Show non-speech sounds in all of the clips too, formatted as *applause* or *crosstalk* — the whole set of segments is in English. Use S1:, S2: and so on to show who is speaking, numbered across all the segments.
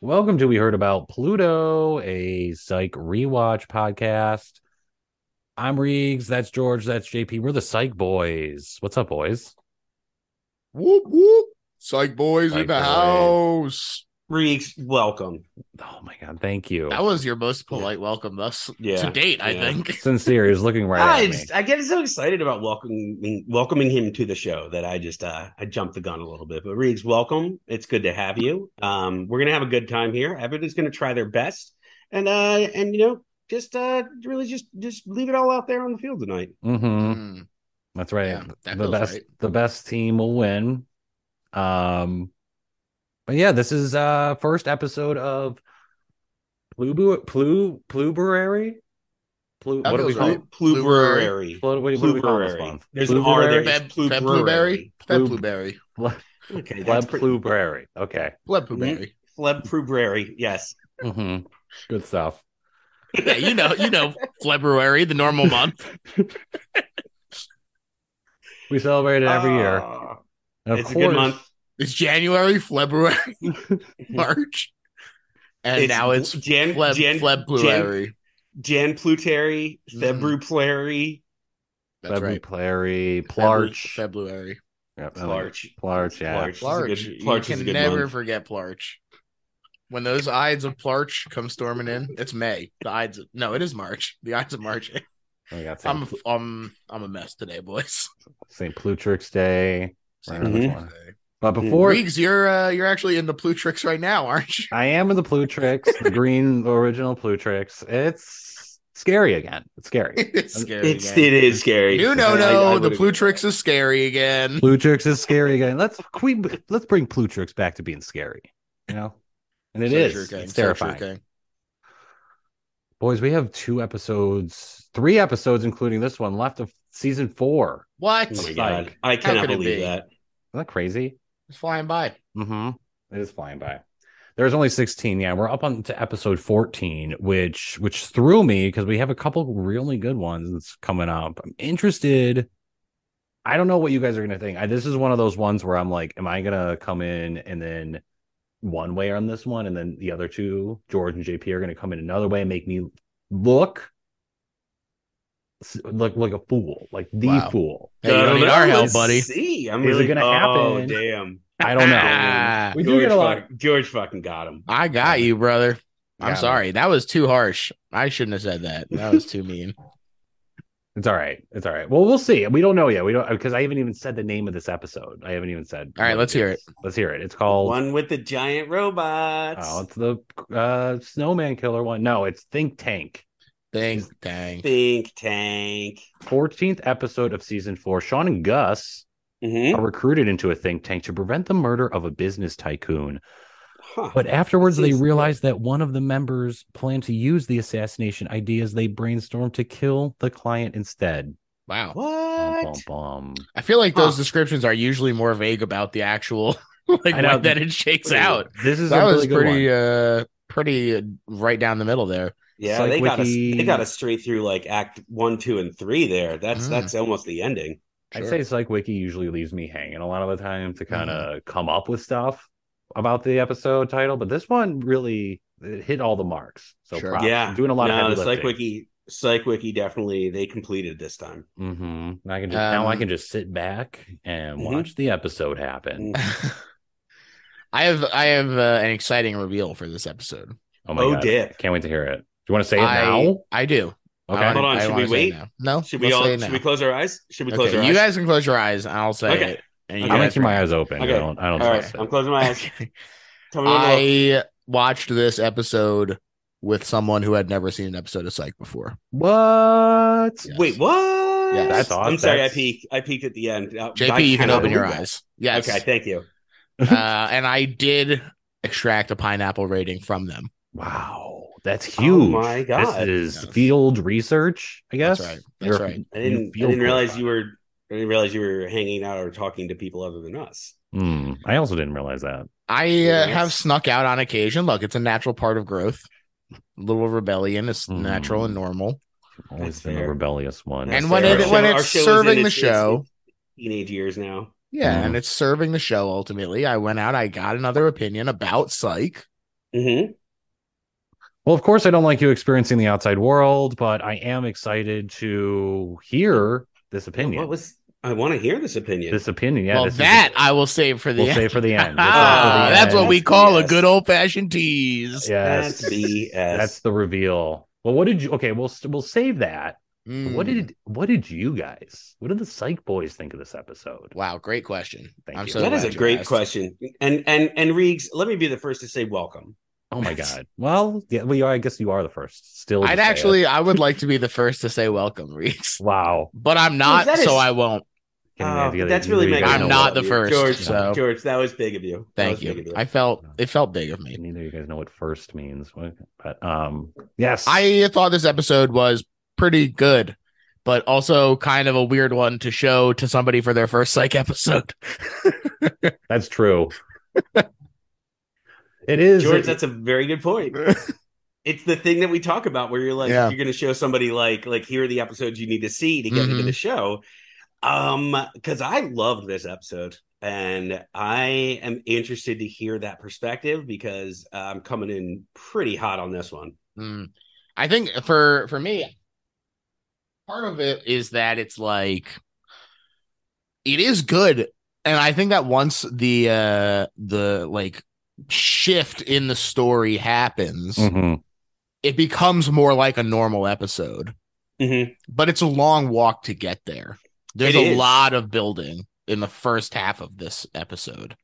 S1: Welcome to We Heard About Pluto, a psych rewatch podcast. I'm Reegs. That's George. That's JP. We're the psych boys. What's up, boys?
S2: Whoop whoop. Psych boys
S1: Psych
S2: in the
S1: boys.
S2: house.
S3: Reeks, welcome.
S1: Oh my God. Thank you.
S2: That was your most polite welcome thus
S3: Yeah.
S2: to date, I
S3: yeah.
S2: think.
S1: Sincere is looking right at
S3: I
S1: me.
S3: just, I get so excited about welcoming welcoming him to the show that I just uh I jumped the gun a little bit. But Reeks, welcome. It's good to have you. Um we're gonna have a good time here. Everybody's gonna try their best. And uh and you know, just uh really just just leave it all out there on the field tonight. Mm-hmm.
S1: hmm
S2: Mm.
S1: That's right.
S2: Yeah, that
S1: the
S2: feels
S1: best
S2: right.
S1: the best team will win. Um but yeah, this is uh first episode of Plubu Plu Pluberary? Plu
S2: That
S1: what do we
S2: feels
S1: call
S2: right.
S1: it?
S3: Plu
S2: Blue
S3: brewery.
S1: Plu- what, do- what do we call this month?
S3: There's an R there.
S1: Blueberry?
S2: Feb-
S3: Plu
S2: Feb
S3: brewery.
S2: blueberry. Feb
S1: Blue-
S2: blueberry.
S3: Okay, that's
S1: Pleb
S3: pretty
S1: Pluberary. Okay.
S2: Bleb blueberry.
S3: Fleb Brewery. Yes.
S1: hmm
S2: Mm-hmm.
S1: Good stuff.
S3: Mm-hmm.
S2: yeah, you know, you know February, the
S3: *laughs*
S2: normal month.
S1: We celebrate it every year.
S3: Ah,
S1: And of
S3: it's a
S1: course,
S3: good month.
S2: It's January,
S3: *laughs*
S2: February, March. And
S3: It's
S2: now it's
S3: Jan
S2: Fleb,
S3: Jan
S2: Fleb blueberry.
S3: Jan Plutary,
S1: Mm-hmm.
S3: Febru Plary,
S2: That's right.
S1: Plary,
S2: Febru-
S1: Plarch.
S2: February.
S1: Yep, I like
S3: Plarch.
S1: Plarch, yeah.
S3: Plarch.
S2: Plarch.
S3: Is a good,
S2: you
S3: Plarch is a
S2: can
S3: good
S2: never
S3: month.
S2: forget Plarch. When those Ides of Plarch come storming in, it's May. The Ides of, no, it is March. The Ides of
S3: *laughs*
S2: March.
S1: Oh, we got St.
S2: I'm I'm I'm a mess today, boys. *laughs*
S1: St. Plutarch's Day. Right,
S2: Same
S3: which
S2: as
S1: one?
S2: today.
S1: But before
S2: Riggs, you're uh, you're actually in the blue tricks right now, aren't you? *laughs*
S1: I am in the Plutrix, the green original Plutrix. It's scary again. It's
S3: *laughs*
S1: scary.
S2: it's scary.
S3: It's
S2: again.
S3: it is scary.
S2: New no
S3: I- I- I
S2: no. The
S3: would've-
S2: blue tricks is scary again.
S1: Plutrix is scary again. Let's can we, let's bring Plutrix back to being scary. You know, and it is. It's terrifying, boys. We have two episodes, three episodes, including this one left of season four.
S2: What?
S3: Oh my
S2: It's
S3: god! I
S2: How
S3: cannot
S2: could it
S3: believe
S2: be?
S3: that.
S1: Isn't that crazy?
S2: flying by.
S1: Mm-hmm. It is flying by. There's only 16. Yeah, we're up on to episode 14, which which threw me because we have a couple really good ones coming up. I'm interested. I don't know what you guys are gonna think. I, this is one of those ones where I'm like, am I gonna come in and then one way on this one, and then the other two, George and JP, are gonna come in another way and make me look s- look like a fool, like the
S2: Wow.
S1: fool.
S2: Hey, you don't need our help,
S3: Let's
S2: buddy.
S3: See, I'm
S1: Is it
S3: really
S1: gonna
S3: oh,
S1: happen?
S3: Damn,
S1: I don't know.
S2: Ah.
S1: we do
S3: George
S1: get a lot.
S3: fuck- George fucking got him.
S2: I got you, brother. *laughs* I'm
S1: Got him.
S2: sorry. That was too harsh. I shouldn't have said that. That was too
S3: *laughs*
S2: mean.
S1: It's all right. It's all right. Well, we'll see. We don't know yet. We don't because I haven't even said the name of this episode. I haven't even said.
S2: All right, let's hear it.
S1: Let's hear it. It's called.
S3: One with the giant robots.
S1: Oh, it's the uh, Snowman Killer one. No, it's Think Tank.
S2: Dang, dang.
S3: Think tank.
S1: Fourteenth episode of season four. Sean and Gus
S3: Mm-hmm.
S2: Hmm?
S1: are recruited into a think tank to prevent the murder of a business tycoon.
S3: Huh.
S1: But afterwards, they
S3: Seems-
S1: realize that one of the members planned to use the assassination ideas they brainstormed to kill the client instead.
S2: Wow.
S1: Bum,
S3: what?
S1: bum, bum.
S2: I feel like those
S3: Huh.
S2: descriptions are usually more vague about the actual *laughs* like
S1: I know.
S2: what that it shakes out.
S1: This is
S2: That
S1: a really
S2: was
S1: good one.
S2: pretty uh pretty uh, right down the middle there.
S3: Yeah,
S1: Psych
S3: they got
S1: Wiki- Ah.
S3: us. They got us straight through like Act One, Two, and Three. There, that's
S2: Mm.
S3: that's almost the ending.
S1: I'd
S2: Sure.
S1: say Psych Wiki usually leaves me hanging a lot of the time to kind of
S2: Mm-hmm.
S1: come up with stuff about the episode title, but this one really it hit all the marks. So
S2: Sure.
S1: props.
S3: Yeah,
S1: doing a lot
S3: no,
S1: of heavy
S3: Psych
S1: lifting.
S3: Wiki. Psych Wiki definitely they completed this time.
S1: Mm-hmm. I can just, now I
S2: Um,
S1: can just sit back and
S3: Mhm.
S1: watch the episode happen.
S3: Mm.
S2: *laughs* I have I have uh, an exciting reveal for this episode.
S1: Oh my
S3: Oh,
S1: god!
S3: dip.
S1: Can't wait to hear it. Do you want to say it
S2: I
S1: now?
S2: I do.
S1: Okay.
S2: I wanna-
S3: Hold on,
S2: I
S3: should
S2: wanna
S3: we
S2: say it
S3: wait?
S2: now. No,
S3: Should we
S2: let's
S3: all?
S2: say it
S3: Should
S2: now.
S3: we close our eyes? Should we close
S2: Okay,
S3: our
S2: You
S3: eyes?
S2: guys can close your eyes, and I'll say
S3: Okay.
S2: it. And you
S1: I'm gonna
S2: guys
S1: keep my
S2: can-
S1: eyes open.
S3: Okay.
S1: I don't. I don't
S3: All
S1: trust
S3: right,
S1: it.
S3: I'm closing my
S2: *laughs*
S3: eyes. *laughs* Tell me when to
S2: I
S3: look.
S2: watched this episode with someone who had never seen an episode of Psych before.
S1: What?
S2: Yes.
S3: Wait, what?
S2: Yes. That's
S1: awesome.
S3: I'm sorry,
S1: That's-
S3: I peeked. I peeked at the end. Uh, I
S2: JP, you can
S3: cannot
S2: open your
S3: believe that.
S2: eyes. Yes.
S3: Okay, thank you.
S2: uh, and I did extract a pineapple rating from them.
S1: Wow, that's
S3: Oh
S1: huge.
S3: my God.
S1: This is
S2: Yes.
S1: field research, I guess.
S2: That's right. That's
S1: You're-
S2: right.
S3: I didn't. I
S1: field
S3: didn't realize
S1: correspondent.
S3: you were. I didn't realize you were hanging out or talking to people other than us.
S1: Hmm. I also didn't realize that.
S2: I uh,
S3: Yes.
S2: have snuck out on occasion. Look, it's a natural part of growth. A little rebellion is
S1: Mm.
S2: natural and normal.
S1: Always
S3: That's
S1: been the
S3: fair.
S1: rebellious one.
S3: That's
S2: And when
S3: fair.
S2: it-
S3: Our
S2: when
S3: show-
S2: it's
S3: our show is in
S2: serving the
S3: its-
S2: show-
S3: teenage years now.
S2: Yeah,
S1: Mm.
S2: and it's serving the show ultimately. I went out, I got another opinion about psych,
S3: hmm
S1: Well, of course, I don't like you experiencing the outside world, but I am excited to hear this opinion.
S3: What was? I want to hear this opinion.
S1: this opinion, yeah.
S2: well,
S1: this is-
S2: that I will save for the
S1: we'll
S2: end.
S1: save for the
S2: *laughs*
S1: end. We'll save for
S2: Ah,
S1: the
S2: that's
S1: end.
S2: what we
S3: That's
S2: call a
S3: BS.
S2: good old fashioned tease.
S1: Yes,
S3: That's BS.
S1: that's the reveal. Well, what did you? Okay, we'll we'll save that.
S2: Mm.
S3: Hmm.
S1: What did what did you guys? What did the Psych Boys think of this episode?
S2: Wow, great question.
S1: Thank
S2: I'm
S1: you.
S2: so
S3: that is
S2: glad
S3: a
S2: you
S3: great
S2: asked.
S3: question. And and and Reeks, let me be the first to say welcome.
S1: Oh my god. Well, yeah, well, you are, I guess you are the first. Still, to
S2: I'd
S1: say it.
S2: actually, I would like to be the first to say welcome, Reeks,
S1: Wow.
S2: but I'm not,
S3: that is-
S2: so I won't.
S1: Can we
S3: Oh,
S1: have the-
S3: that's
S1: you
S3: really
S1: guys
S3: making
S2: I'm
S1: know
S3: me
S1: what-
S2: not the
S3: love
S2: first,
S3: you. George.
S2: so-
S3: George, that was big of you. That
S2: Thank
S3: was big
S2: you.
S3: of
S2: I felt it felt big of me.
S1: Neither of you guys know what first means, but- but um, yes,
S2: I thought this episode was pretty good, but also kind of a weird one to show to somebody for their first psych *laughs* episode.
S1: that's true. *laughs* it is
S3: George, *laughs* that's a very
S2: *laughs*
S3: good point. It's the thing that we talk about where you're like
S2: Yeah.
S3: you're going to show somebody like like here are the episodes you need to see to get into
S2: Mhm.
S3: the show. Um cuz I loved this episode and I am interested to hear that perspective because uh, I'm coming in pretty hot on this one.
S2: Mm. I think for for me, part of it is that it's like it is good, and I think that once the uh the like shift in the story happens,
S3: Mm.
S1: Mhm.
S2: it becomes more like a normal episode.
S3: Mhm.
S2: But it's a long walk to get there. There's
S3: It
S2: a
S3: is.
S2: lot of building in the first half of this episode,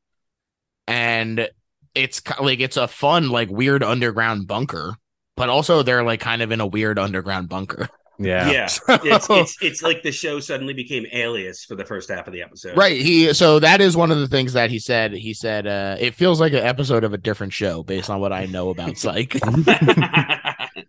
S2: and it's ki- like it's a fun like weird underground bunker. But also, they're like kind of in a weird underground bunker.
S1: yeah.
S3: yeah.
S2: So-
S3: it's, it's it's like the show suddenly became alias for the first half of the episode.
S2: right he so that is one of the things that he said he said uh it feels like an episode of a different show based on what i know about psych
S3: *laughs*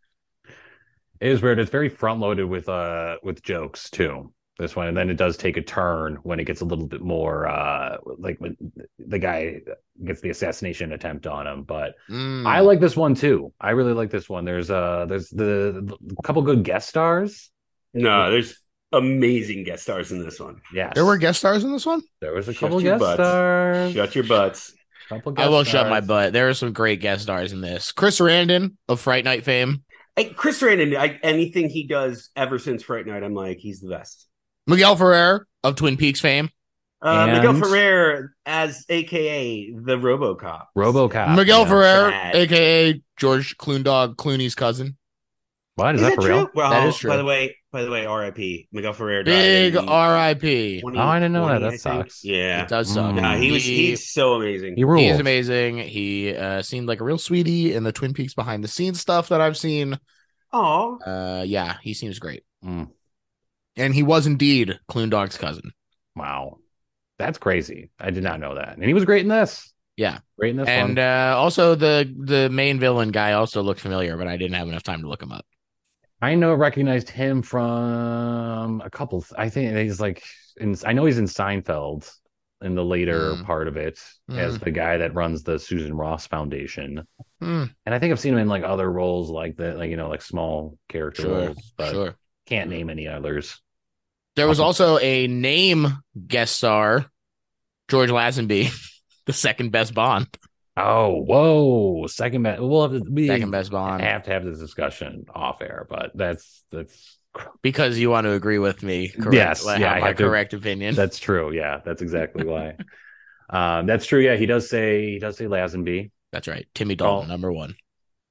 S1: It is weird. It's very front loaded with uh with jokes too. This one, and then it does take a turn when it gets a little bit more uh like when the guy gets the assassination attempt on him. But
S2: Hmm.
S1: I like this one too. I really like this one. There's uh there's the, the couple good guest stars.
S3: no, there's amazing guest stars in this one.
S1: Yes,
S2: there were guest stars in this one
S1: there was a
S3: Shut
S1: couple
S3: your
S1: guest
S3: butts.
S1: stars.
S3: Shut your butts.
S1: Couple
S2: i
S1: guest
S2: will shut my
S1: stars.
S2: butt there are some great guest stars in this chris randon of fright night fame
S3: Hey, Chris Randon, I, anything he does ever since Fright Night, I'm like, he's the best.
S2: miguel ferrer of twin peaks fame
S3: Uh,
S1: And-
S3: Miguel Ferrer as AKA the RoboCop.
S1: RoboCop.
S2: miguel
S1: yeah.
S2: ferrer
S3: Uh, Bad.
S2: aka george Cloondog clooney's cousin
S1: What is,
S3: Is
S1: that, for real?
S3: true? Well,
S2: That is true.
S3: By the way, by the way, RIP Miguel Ferrer. died
S2: big
S3: in
S2: rip
S3: 20,
S1: Oh, I didn't know that.
S3: 20,
S1: That
S3: I think.
S1: sucks.
S3: Yeah.
S2: it does suck
S1: Mm.
S3: No, he was he's so amazing.
S1: He rules.
S2: He is amazing. He uh, seemed like a real sweetie in the Twin Peaks behind the scenes stuff that I've seen.
S3: Oh,
S2: Uh, yeah, he seems great.
S3: Hmm.
S1: Mm,
S2: And he was indeed Dog's cousin.
S1: wow, that's crazy. I did not know that. And he was great in this.
S2: Yeah.
S1: great in this one.
S2: And uh, also the the main villain guy also looked familiar, but I didn't have enough time to look him up.
S1: I know recognized him from a couple. I think he's like in, I know he's in Seinfeld in the later
S2: Mm.
S1: part of it as
S2: Mm-hmm.
S1: the guy that runs the Susan Ross Foundation,
S2: Hmm,
S1: and I think I've seen him in like other roles like that, like you know, like small character
S2: Sure,
S1: roles, but
S2: sure.
S1: can't name any others.
S2: There was also a name guest star, George Lazenby, *laughs* the second best Bond.
S1: Oh, whoa! Second best. We'll have to we
S2: Second best Bond.
S1: have to have this discussion off air, but that's that's
S2: Because you want to agree with me, correct?
S1: Yes,
S2: I
S1: yeah,
S2: have
S1: I
S2: my
S1: have to-
S2: correct opinion.
S1: That's true. Yeah, that's exactly why. um, that's true. Yeah, he does say he does say Lazenby.
S2: That's right. Timmy
S1: Well,
S2: Dalton, number one.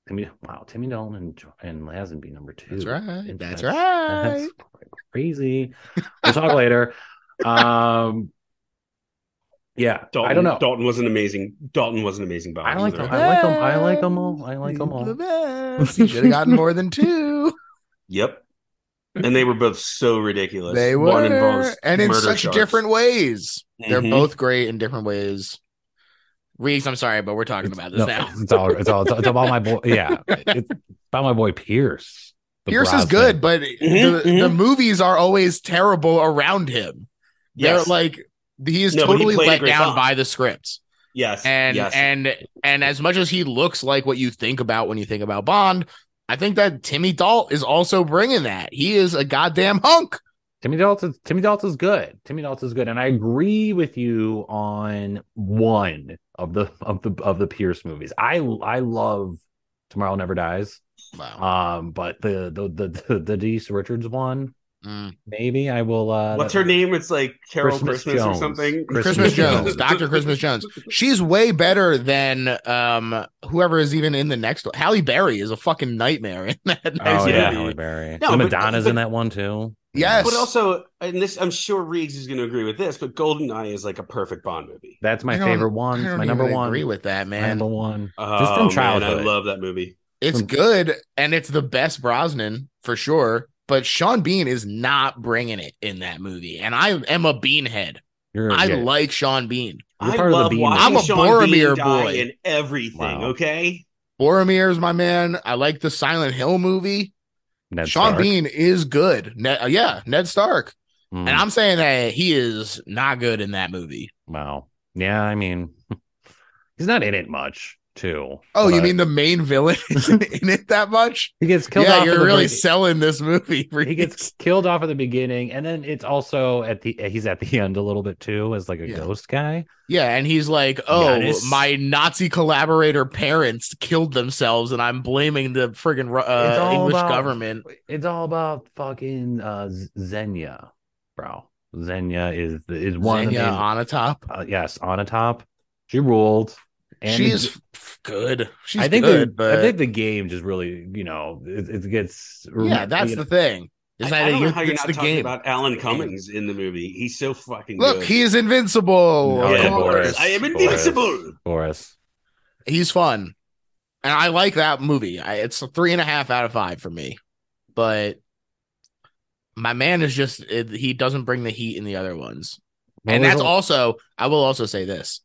S1: Timmy, wow, Timmy Dolan and Jo- and Lazenby number two.
S2: That's right. That's
S1: That's-
S2: right.
S1: That's crazy. We'll talk later. Um, yeah,
S3: Dalton,
S1: I don't know.
S3: Dalton was an amazing. Dalton was an amazing. Bond
S1: I like
S3: either.
S1: him. I like them. I like them all. I like them all. *laughs*
S2: best. You should have gotten more than
S3: *laughs*
S2: two.
S3: Yep. And they were both so ridiculous.
S2: they
S3: One
S2: were,
S3: involves
S2: and in
S3: murder
S2: such
S3: sharks.
S2: different ways. They're
S1: Mm-hmm.
S3: Mhm.
S2: both great in different ways. Reeves, I'm sorry, but we're talking about this
S1: No,
S2: now.
S1: it's all. It's all. It's, it's about my boy. Yeah, *laughs* it's about my boy Pierce. The
S2: Pierce is
S1: Brosnan.
S2: good, but the,
S3: mhm.
S2: the movies are always terrible around him.
S3: Yes.
S2: They're like he is
S3: No, but he
S2: totally
S3: played a
S2: let
S3: great
S2: down
S3: Bond.
S2: by the scripts.
S3: yes.
S2: and
S3: yes.
S2: and and as much as he looks like what you think about when you think about Bond, I think that Timmy Dalt is also bringing that. He is a goddamn hunk.
S1: Timmy Dalton. Timmy Dalton's good. Timmy Dalton's good, and I agree with you on one of the of the of the Pierce movies. I I love Tomorrow Never Dies.
S2: Wow.
S1: Um, but the the the the, the Denise Richards one,
S2: Mm.
S1: maybe I will. Uh,
S3: What's her name? It's like Carol
S1: Christmas
S3: Christmas,
S1: Jones.
S3: or something.
S1: Christmas
S3: *laughs*
S2: Christmas
S1: Jones.
S2: Jones, Doctor Christmas Jones. She's way better than um whoever is even in the next. one. Halle Berry is a fucking nightmare in that next
S1: Oh yeah,
S3: yeah.
S1: Halle
S2: movie.
S1: Berry.
S3: No,
S1: The
S3: but-
S1: Madonna's in
S3: but-
S1: that one too.
S2: Yes.
S3: But also, and this, I'm sure Reeves is going to agree with this, but GoldenEye is like a perfect Bond movie.
S1: that's my
S2: I don't-
S1: favorite
S2: I
S1: one. It's
S2: don't
S1: My number
S2: even
S1: one.
S2: Agree with that,
S1: My
S2: man.
S1: number one.
S3: Oh,
S1: Just from
S3: man,
S1: childhood.
S3: I love that movie.
S2: It's
S1: From-
S2: good and it's the best Brosnan for sure. But Sean Bean is not bringing it in that movie, and I am a beanhead.
S1: You're,
S2: I
S1: yeah,
S2: like Sean Bean.
S1: You're
S3: I
S1: part of the
S3: love
S1: Bean
S3: watching
S1: Boys.
S2: I'm a
S3: Sean
S2: Boromir
S3: Bean die
S2: boy.
S3: in everything.
S1: Wow.
S3: Okay,
S2: Boromir's my man. I like the Silent Hill movie.
S1: Ned
S2: Sean
S1: Stark.
S2: Bean is good. Ne- uh, yeah, Ned Stark.
S1: Mm,
S2: And I'm saying that he is not good in that movie.
S1: wow. Yeah, I mean, *laughs* he's not in it much too.
S2: Oh, you
S1: but
S2: mean the main villain *laughs* isn't in it that much?
S1: he gets killed?
S2: yeah,
S1: off in
S2: you're
S1: the
S2: really
S1: brig-
S2: selling this movie.
S1: he
S2: *laughs*
S1: gets killed off at the beginning, and then it's also at the he's at the *laughs* end a little bit too as like a
S2: Yeah.
S1: ghost guy.
S2: Yeah, and he's like, "Oh,
S3: Giannis.
S2: my Nazi collaborator parents killed themselves, and I'm blaming the friggin' Ru-
S1: It's
S2: uh,
S1: all
S2: English
S1: about-
S2: government."
S1: It's all about fucking uh Z- Xenia, bro. Xenia is is one of the
S2: Xenia
S1: main-
S2: on a top.
S1: uh, yes on a top. She ruled. And
S2: She's f- good. She's
S1: I think
S2: good,
S1: the,
S2: but
S1: I think the game just really, you know, it, it gets
S2: yeah, that's
S1: you
S2: the
S1: know,
S2: thing. Is
S3: I,
S2: that
S3: I don't know
S2: you're,
S3: how you're
S2: it's
S3: not
S2: the
S3: talking
S2: game.
S3: about Alan Cummings in the movie. He's so fucking
S2: Look,
S3: good.
S2: he's invincible.
S1: No,
S2: Oh, of
S3: yeah,
S2: course.
S1: Boris.
S3: I am
S1: Boris.
S3: invincible.
S1: Boris.
S2: he's fun, and I like that movie. I, it's a three and a half out of five for me. But my man is just it, he doesn't bring the heat in the other ones.
S1: Well,
S2: and that's
S1: there's a-
S2: also I will also say this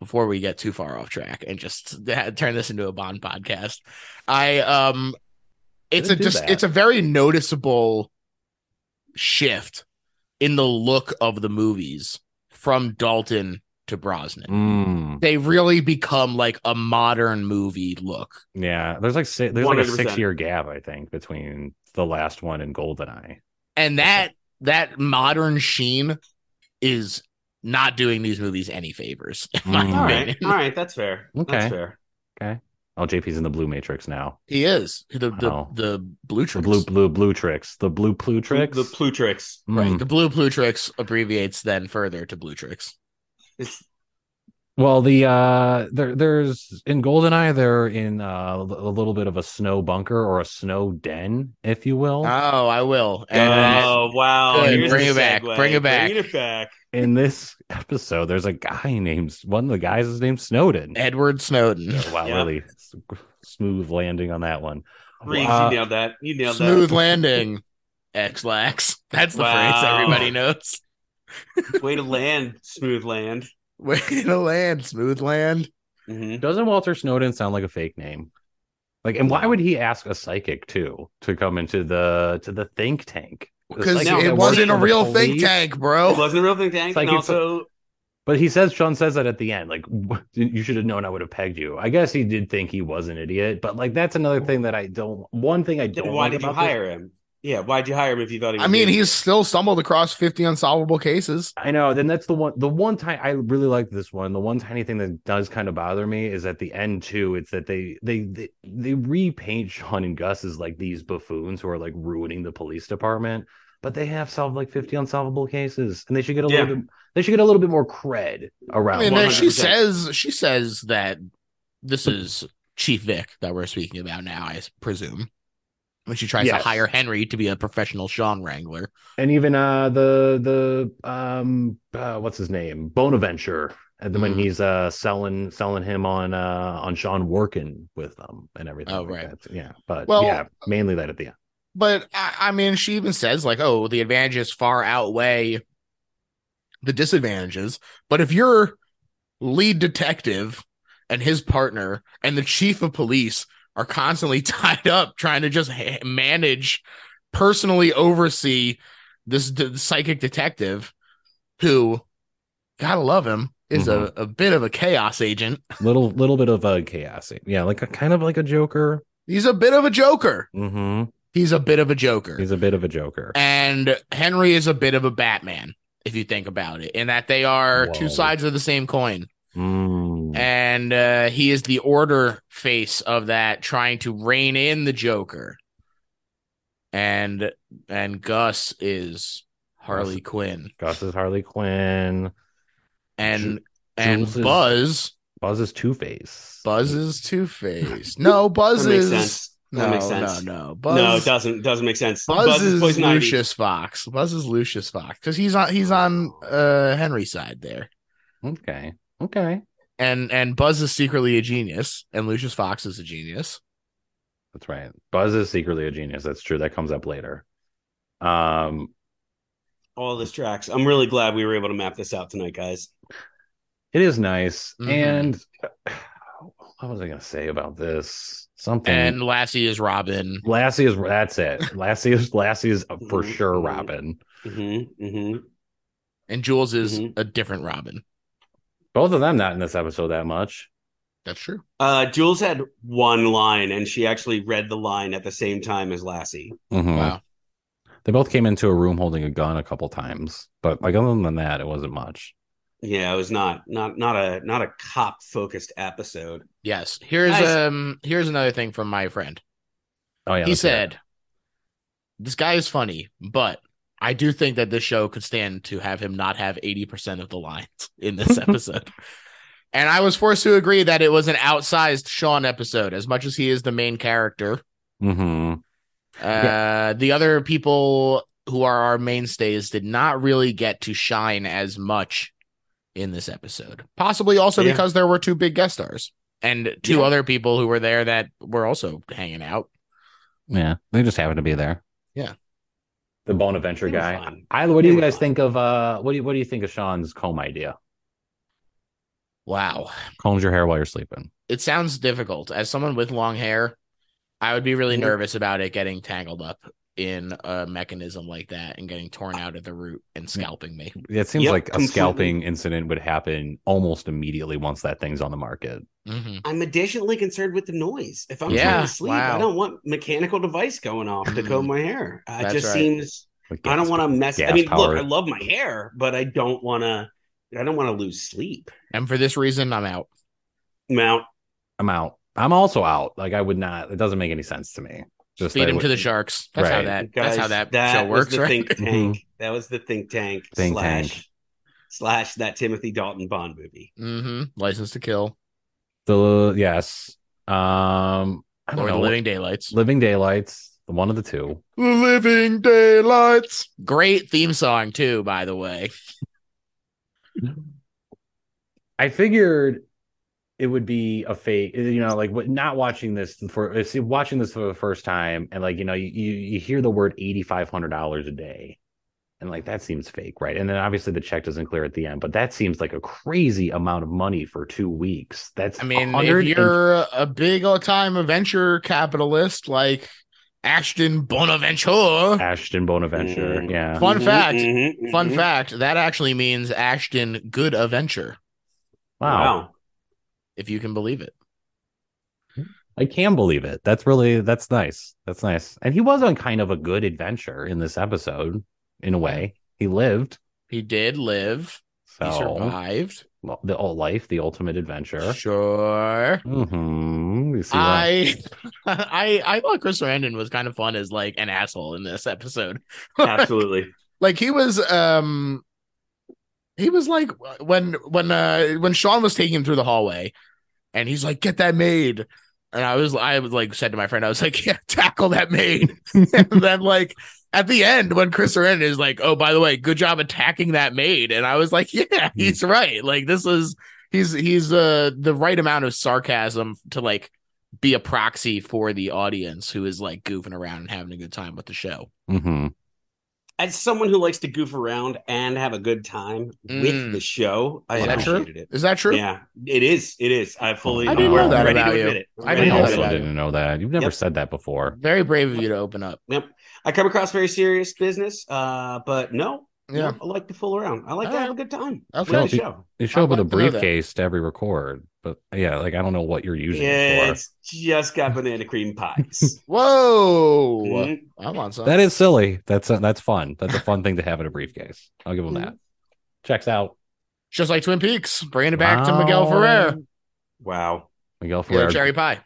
S2: before we get too far off track and just *laughs* turn this into a Bond podcast. I um it's a
S1: Shouldn't do
S2: just
S1: that.
S2: it's a very noticeable shift in the look of the movies from Dalton to Brosnan.
S1: Mm,
S2: They really become like a modern movie look.
S1: yeah, there's like si- there's like a
S3: 100%.
S1: six year gap I think between the last one and Goldeneye.
S2: And that that modern sheen is not doing these movies any favors. *laughs* in my
S1: Mm.
S3: All
S2: opinion.
S1: *laughs*
S3: right, all right, that's fair.
S1: Okay.
S3: That's fair.
S1: Oh, JP's in the blue matrix now.
S2: He is the the,
S1: Wow.
S2: the blue
S1: The
S2: tricks.
S1: blue blue blue tricks. The blue blue tricks.
S3: The Plutrix.
S1: Mm.
S2: Right. The blue blue tricks abbreviates then further to blue tricks.
S3: It's
S1: Well, the uh, there there's in Goldeneye they're in uh, a little bit of a snow bunker or a snow den, if you will.
S2: Oh, I will. And that-
S3: oh wow!
S2: uh, Good,
S3: Here's
S2: bring
S3: the
S2: it back,
S3: segue.
S2: bring it back.
S3: Bring it back.
S1: in this episode, there's a guy named one of the guys is named Snowden.
S2: Edward *laughs* Snowden.
S1: wow,
S3: Yeah.
S1: really s- smooth landing on that one.
S3: Reeves,
S1: Uh,
S3: you nailed that. You nailed *laughs*
S2: Smooth landing. X lax. That's the phrase
S3: Wow.
S2: everybody knows. *laughs*
S3: that. Way to land, smooth land.
S2: Way to land, smooth land. Mm-hmm.
S3: hmm
S1: Doesn't Walter Snowden sound like a fake name? Like, and why would he ask a psychic too to come into the to the think tank? The
S2: Because
S1: psychic
S3: now
S2: it
S1: that
S3: it
S1: works
S2: wasn't a
S1: for the
S2: real think
S1: police?
S2: tank, bro.
S3: It wasn't a real thing tank,
S1: It's like
S3: and
S1: he-
S3: also
S1: But he says Sean says that at the end, like "What- you should have known I would have pegged you. I guess he did think he was an idiot, but like that's another thing that I don't. One thing I don't.
S3: why
S1: like
S3: did you
S1: about this-
S3: hire him? Yeah, why'd you hire him if you thought he? Was
S2: I mean,
S3: good?
S2: he's still stumbled across 50 unsolvable cases.
S1: I know. Then that's the one. The one time I really like this one. The one tiny thing that does kind of bother me is at the end too. It's that they they they, they repaint Sean and Gus as like these buffoons who are like ruining the police department, but they have solved like fifty unsolvable cases, and they should get a
S3: Yeah.
S1: little bit. They should get a little bit more cred
S2: I
S1: around.
S2: mean,
S1: what-
S2: there- she
S3: 100%.
S2: says she says that this is Chief Vic that we're speaking about now, I s- presume. When she tries to
S1: Yes.
S2: hire Henry to be a professional Sean Wrangler.
S1: and even uh the the um uh, what's his name Bonaventure. And then when
S2: Mhm.
S1: he's uh selling selling him on uh on Sean working with them and everything.
S2: Oh,
S1: like
S2: right.
S1: that. Yeah. But
S2: Well-
S1: yeah, mainly that at the end.
S2: But I, I mean, she even says, like, oh, the advantages far outweigh the disadvantages. But if your lead detective and his partner and the chief of police are constantly *laughs* tied up trying to just ha- manage, personally oversee this d- psychic detective who, gotta love him, is a, a bit of a chaos agent.
S1: little little bit of a chaos yeah like a kind of like a joker
S2: He's a bit of a joker.
S1: mm-hmm
S2: He's a bit of a Joker.
S1: He's a bit of a joker.
S2: and Henry is a bit of a Batman, if you think about it, in that they are
S1: Whoa.
S2: two sides of the same coin.
S1: Mm.
S2: And uh, he is the order face of that, trying to rein in the Joker. And and Gus is Harley
S1: Gus-
S2: Quinn,
S1: Gus is Harley Quinn.
S2: and
S1: Ju-
S2: and
S1: Jules is-
S2: Buzz
S1: Buzz is Two Face.
S2: Buzz is
S1: *laughs*
S2: Two Face. No, Buzz
S3: That makes
S2: is
S3: sense.
S2: no,
S3: That makes sense.
S2: no, no. Buzz
S3: No, it doesn't doesn't make sense.
S2: Buzz, is,
S3: Poison Ivy.
S2: Lucius Fox. Buzz is Lucius Fox because he's on he's on uh Henry's side there,
S1: Okay. Okay.
S2: and and Buzz is secretly a genius, and Lucius Fox is a genius.
S1: That's right. Buzz is secretly a genius. That's true. That comes up later. Um,
S3: All this tracks. I'm really glad we were able to map this out tonight, guys.
S1: it is nice.
S2: Mhm.
S1: And *sighs* what was I gonna say about this? Something
S2: And Lassie is Robin.
S1: Lassie is that's
S2: *laughs*
S1: it. Lassie is Lassie is for
S3: Mhm,
S1: sure
S3: mhm.
S1: Robin.
S3: Mm-hmm, mm-hmm.
S2: And Jules is
S3: Mhm.
S2: a different Robin.
S1: Both of them not in this episode that much.
S2: That's true.
S3: Uh, Jules had one line, and she actually read the line at the same time as Lassie.
S1: Mhm.
S2: Wow.
S1: They both came into a room holding a gun a couple times, but like other than that, it wasn't much.
S3: Yeah, it was not not not a not a cop focused episode.
S2: Yes. Here's
S3: Nice.
S2: um here's another thing from my friend.
S1: Oh yeah,
S2: he
S1: that's
S2: said,
S1: it.
S2: "This guy is funny, but." I do think that this show could stand to have him not have 80% of the lines *laughs* in this episode. and I was forced to agree that it was an outsized Sean episode. As much as he is the main character,
S1: Mhm.
S2: uh, the other people who are our mainstays did not really get to shine as much in this episode. Possibly also
S3: Yeah.
S2: because there were two big guest stars and two
S3: Yeah.
S2: other people who were there that were also hanging out.
S1: Yeah, they just happened to be there.
S2: Yeah.
S1: The Bonaventure
S3: They were
S1: guy.
S3: fun.
S1: I what do
S3: They
S1: you
S3: were
S1: guys
S3: fun.
S1: think of uh what do you what do you think of Sean's comb idea?
S2: Wow.
S1: Combs your hair while you're sleeping.
S2: it sounds difficult. As someone with long hair, I would be really
S3: Mhm.
S2: nervous about it getting tangled up in a mechanism like that and getting torn out at the root and scalping me.
S1: It seems
S3: Yep,
S1: like a
S3: completely.
S1: scalping incident would happen almost immediately once that thing's on the market.
S2: hmm
S3: I'm additionally concerned with the noise. If I'm
S2: Yeah,
S3: trying to sleep,
S2: wow. Mm.
S3: I don't want mechanical device going off to comb my hair. Uh, It
S2: That's
S3: just
S2: right.
S3: seems
S1: Like
S3: I don't
S1: gas-
S3: want to mess.
S1: gas
S3: I mean,
S1: power.
S3: look, I love my hair, but I don't want to. I don't want to lose sleep.
S2: And for this reason, I'm out.
S3: Mount.
S1: I'm out. I'm also out. Like I would not. It doesn't make any sense to me. Just
S2: Feed
S1: I
S2: him
S1: would-
S2: to the sharks. That's how
S1: Right.
S2: that.
S3: Guys,
S2: that's how that, show
S3: was
S2: works,
S3: the
S2: right? Mm-hmm.
S3: Think tank. That was the think tank
S1: Think
S3: slash
S1: tank.
S3: slash that Timothy Dalton Bond movie.
S2: hmm License to Kill,
S1: The yes. Um. I don't
S2: Lord
S1: know.
S2: of the Living Daylights.
S1: Living daylights. The one of the two.
S2: Living Daylights. Great theme song too, by the way.
S1: I figured it would be a fate. You know, like what- not watching this for see, watching this for the first time, and like you know, you you, you hear the word eighty five hundred dollars a day. And like that seems fake, right? And then obviously the check doesn't clear at the end, but that seems like a crazy amount of money for two weeks. That's
S2: I mean, if
S1: 100
S2: you're a big old time venture capitalist like Ashton Bonaventure,
S1: Ashton Bonaventure.
S3: Mm.
S1: Yeah.
S2: Fun
S3: Mhm,
S2: fact.
S3: mhm,
S2: Fun
S1: Mm-hmm.
S3: mhm.
S2: fact, that actually means Ashton good adventure,
S1: Wow.
S2: if you can believe it.
S1: I can believe it. That's really that's nice. That's nice. And he was on kind of a good adventure in this episode, in a way. He lived.
S2: He did live. He
S1: So
S2: survived.
S1: lo- the old life, the ultimate adventure.
S2: Sure. sure.
S1: hmm You see that?
S2: I, *laughs* I, I thought Chris Sarandon was kind of fun as like an asshole in this episode.
S3: Absolutely.
S2: like he was, um, he was like when when uh when Sean was taking him through the hallway, and he's like, "Get that maid," and I was I was like said to my friend, I was like, *laughs* "Yeah, tackle that maid." and then like at the end when Chris Sarandon is like, "Oh, by the way, good job attacking that maid," and I was like, *laughs* "Yeah, he's right. Like this is he's he's uh the right amount of sarcasm to like be a proxy for the audience who is like goofing around and having a good time with the show."
S1: hmm
S3: As someone who likes to goof around and have a good time
S2: Mm.
S3: with the show, I
S2: Is that true?
S3: appreciated it.
S2: Is that true?
S3: Yeah, it is. It is. I fully.
S1: I didn't
S3: I'm
S1: know that
S3: ready
S2: about
S3: to
S2: you.
S3: admit it. I'm
S2: I
S1: I,
S3: ready
S2: didn't know
S3: to admit
S1: also
S2: that.
S3: it.
S1: didn't know that. You've never
S3: Yep.
S1: said that before.
S2: Very brave of you to open up.
S3: I come across very serious business, uh, but no,
S2: Yeah.
S3: no, I like to fool around. I like to
S2: All
S3: have a good time.
S2: Okay.
S3: with the
S1: Sounds-
S3: show.
S1: You show
S2: I'd
S1: up with a
S2: like to know that.
S1: briefcase to every record. But yeah, like I don't know what you're using
S3: Yeah,
S1: it for.
S3: it's just got banana
S2: *laughs*
S3: cream pies.
S2: Whoa.
S3: Mhm.
S2: I'm on something.
S1: That is silly. That's uh that's fun. That's a fun thing to have in a briefcase. I'll give them
S3: Mhm.
S1: that.
S2: Mm-hmm.
S1: Checks out.
S2: Just like Twin Peaks, bringing it back to
S1: Wow.
S2: Miguel Ferrer.
S3: Wow.
S1: Miguel Ferrer.
S2: Killer Cherry Pie.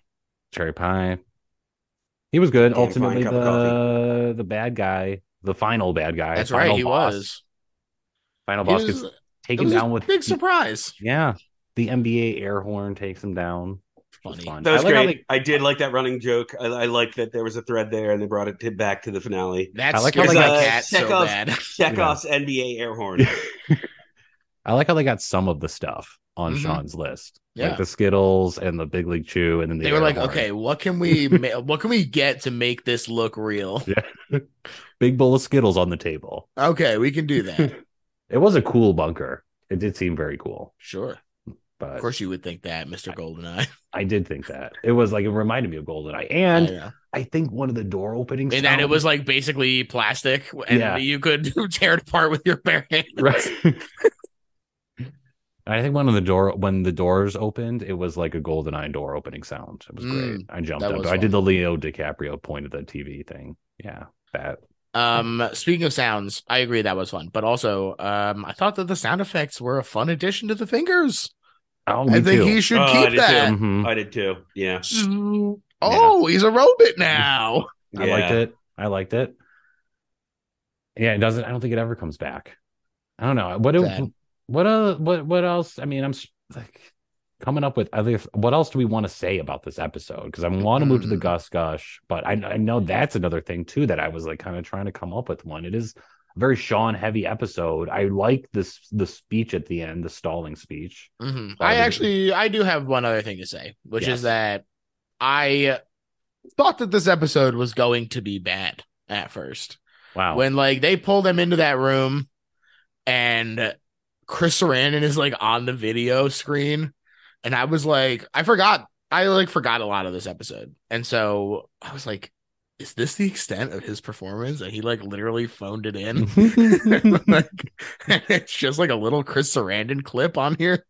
S1: Cherry Pie. He was good.
S3: Damn fine
S1: Ultimately,
S3: cup of
S1: the the bad guy, the final bad guy.
S2: That's
S1: final
S2: right. He
S1: boss-
S2: was.
S1: Final
S2: He
S1: boss
S2: was
S1: gets
S2: it
S1: taken
S2: was
S1: down
S2: a
S1: with
S2: big surprise.
S1: yeah. The NBA air horn takes him down. Which
S2: Funny.
S1: was fun.
S3: That was
S1: I like how
S3: great. I did like that running joke. I, I like that there was a thread there and they brought it to, back to the finale.
S2: That
S1: I like uh, how they
S2: scares my
S1: got
S2: cat so
S3: Chekhov's-
S1: *laughs*
S2: bad.
S3: Chekhov's NBA air horn.
S1: they- I like how they got some of the stuff on
S2: Mhm.
S1: Sean's list,
S2: Yeah.
S1: like the Skittles and the Big League Chew, and then the
S2: They were
S1: air
S2: like,
S1: horn.
S2: okay, what can we ma- what can we get to make this look real?
S1: big bowl of Skittles on the table.
S2: Okay, we can do that.
S1: *laughs* It was a cool bunker. It did seem very cool,
S2: Sure.
S1: but
S2: Of course you would think that, Mr. Goldeneye.
S1: I did think that it was like it reminded me of GoldenEye,
S2: I
S1: *laughs* and
S2: know.
S1: I think one of the door openings
S2: and that it
S1: sound-
S2: was like basically plastic and
S1: Yeah.
S2: you could *laughs* tear it apart with your bare hand.
S1: right.
S2: *laughs*
S1: I think one of the door when the doors opened, it was like a golden eye door opening sound. It was great. I jumped
S2: Mm, that
S1: up.
S2: was
S1: I
S2: fun.
S1: did the Leo DiCaprio point at the TV thing. Yeah, that
S2: Um speaking of sounds, I agree that was fun. But also, um I thought that the sound effects were a fun addition to the fingers.
S1: Oh,
S2: I
S1: me
S2: think
S1: too. Mm-hmm.
S2: he should
S3: Oh, I
S2: keep
S3: did too.
S2: that.
S1: Mhm.
S3: I did too. Yeah.
S2: Oh, he's a
S1: *laughs*
S2: robot now.
S1: I liked
S3: Yeah.
S1: it. I liked it. Yeah, it doesn't. I don't think it ever comes back. I don't know what.
S2: Sad.
S1: What? Uh, what? What else? I mean, I'm s- like coming up with other. What else do we want to say about this episode? Because I want to move to the
S2: Mhm.
S1: Gus Gush, but I, I know that's another thing too that I was like kind of trying to come up with one. It is a very Sean heavy episode. I like this the speech at the end, the stalling speech.
S2: Mhm.
S1: That
S2: I
S1: was-
S2: actually I do have one other thing to say, which
S1: Yes.
S2: is that I thought that this episode was going to be bad at first.
S1: Wow.
S2: When like they pull them into that room and Chris Sarandon is like on the video screen and I was like I forgot I like forgot a lot of this episode. And so I was like is this the extent of his performance? And he like literally phoned it in. *laughs* like it's just like a little Chris Sarandon clip on here.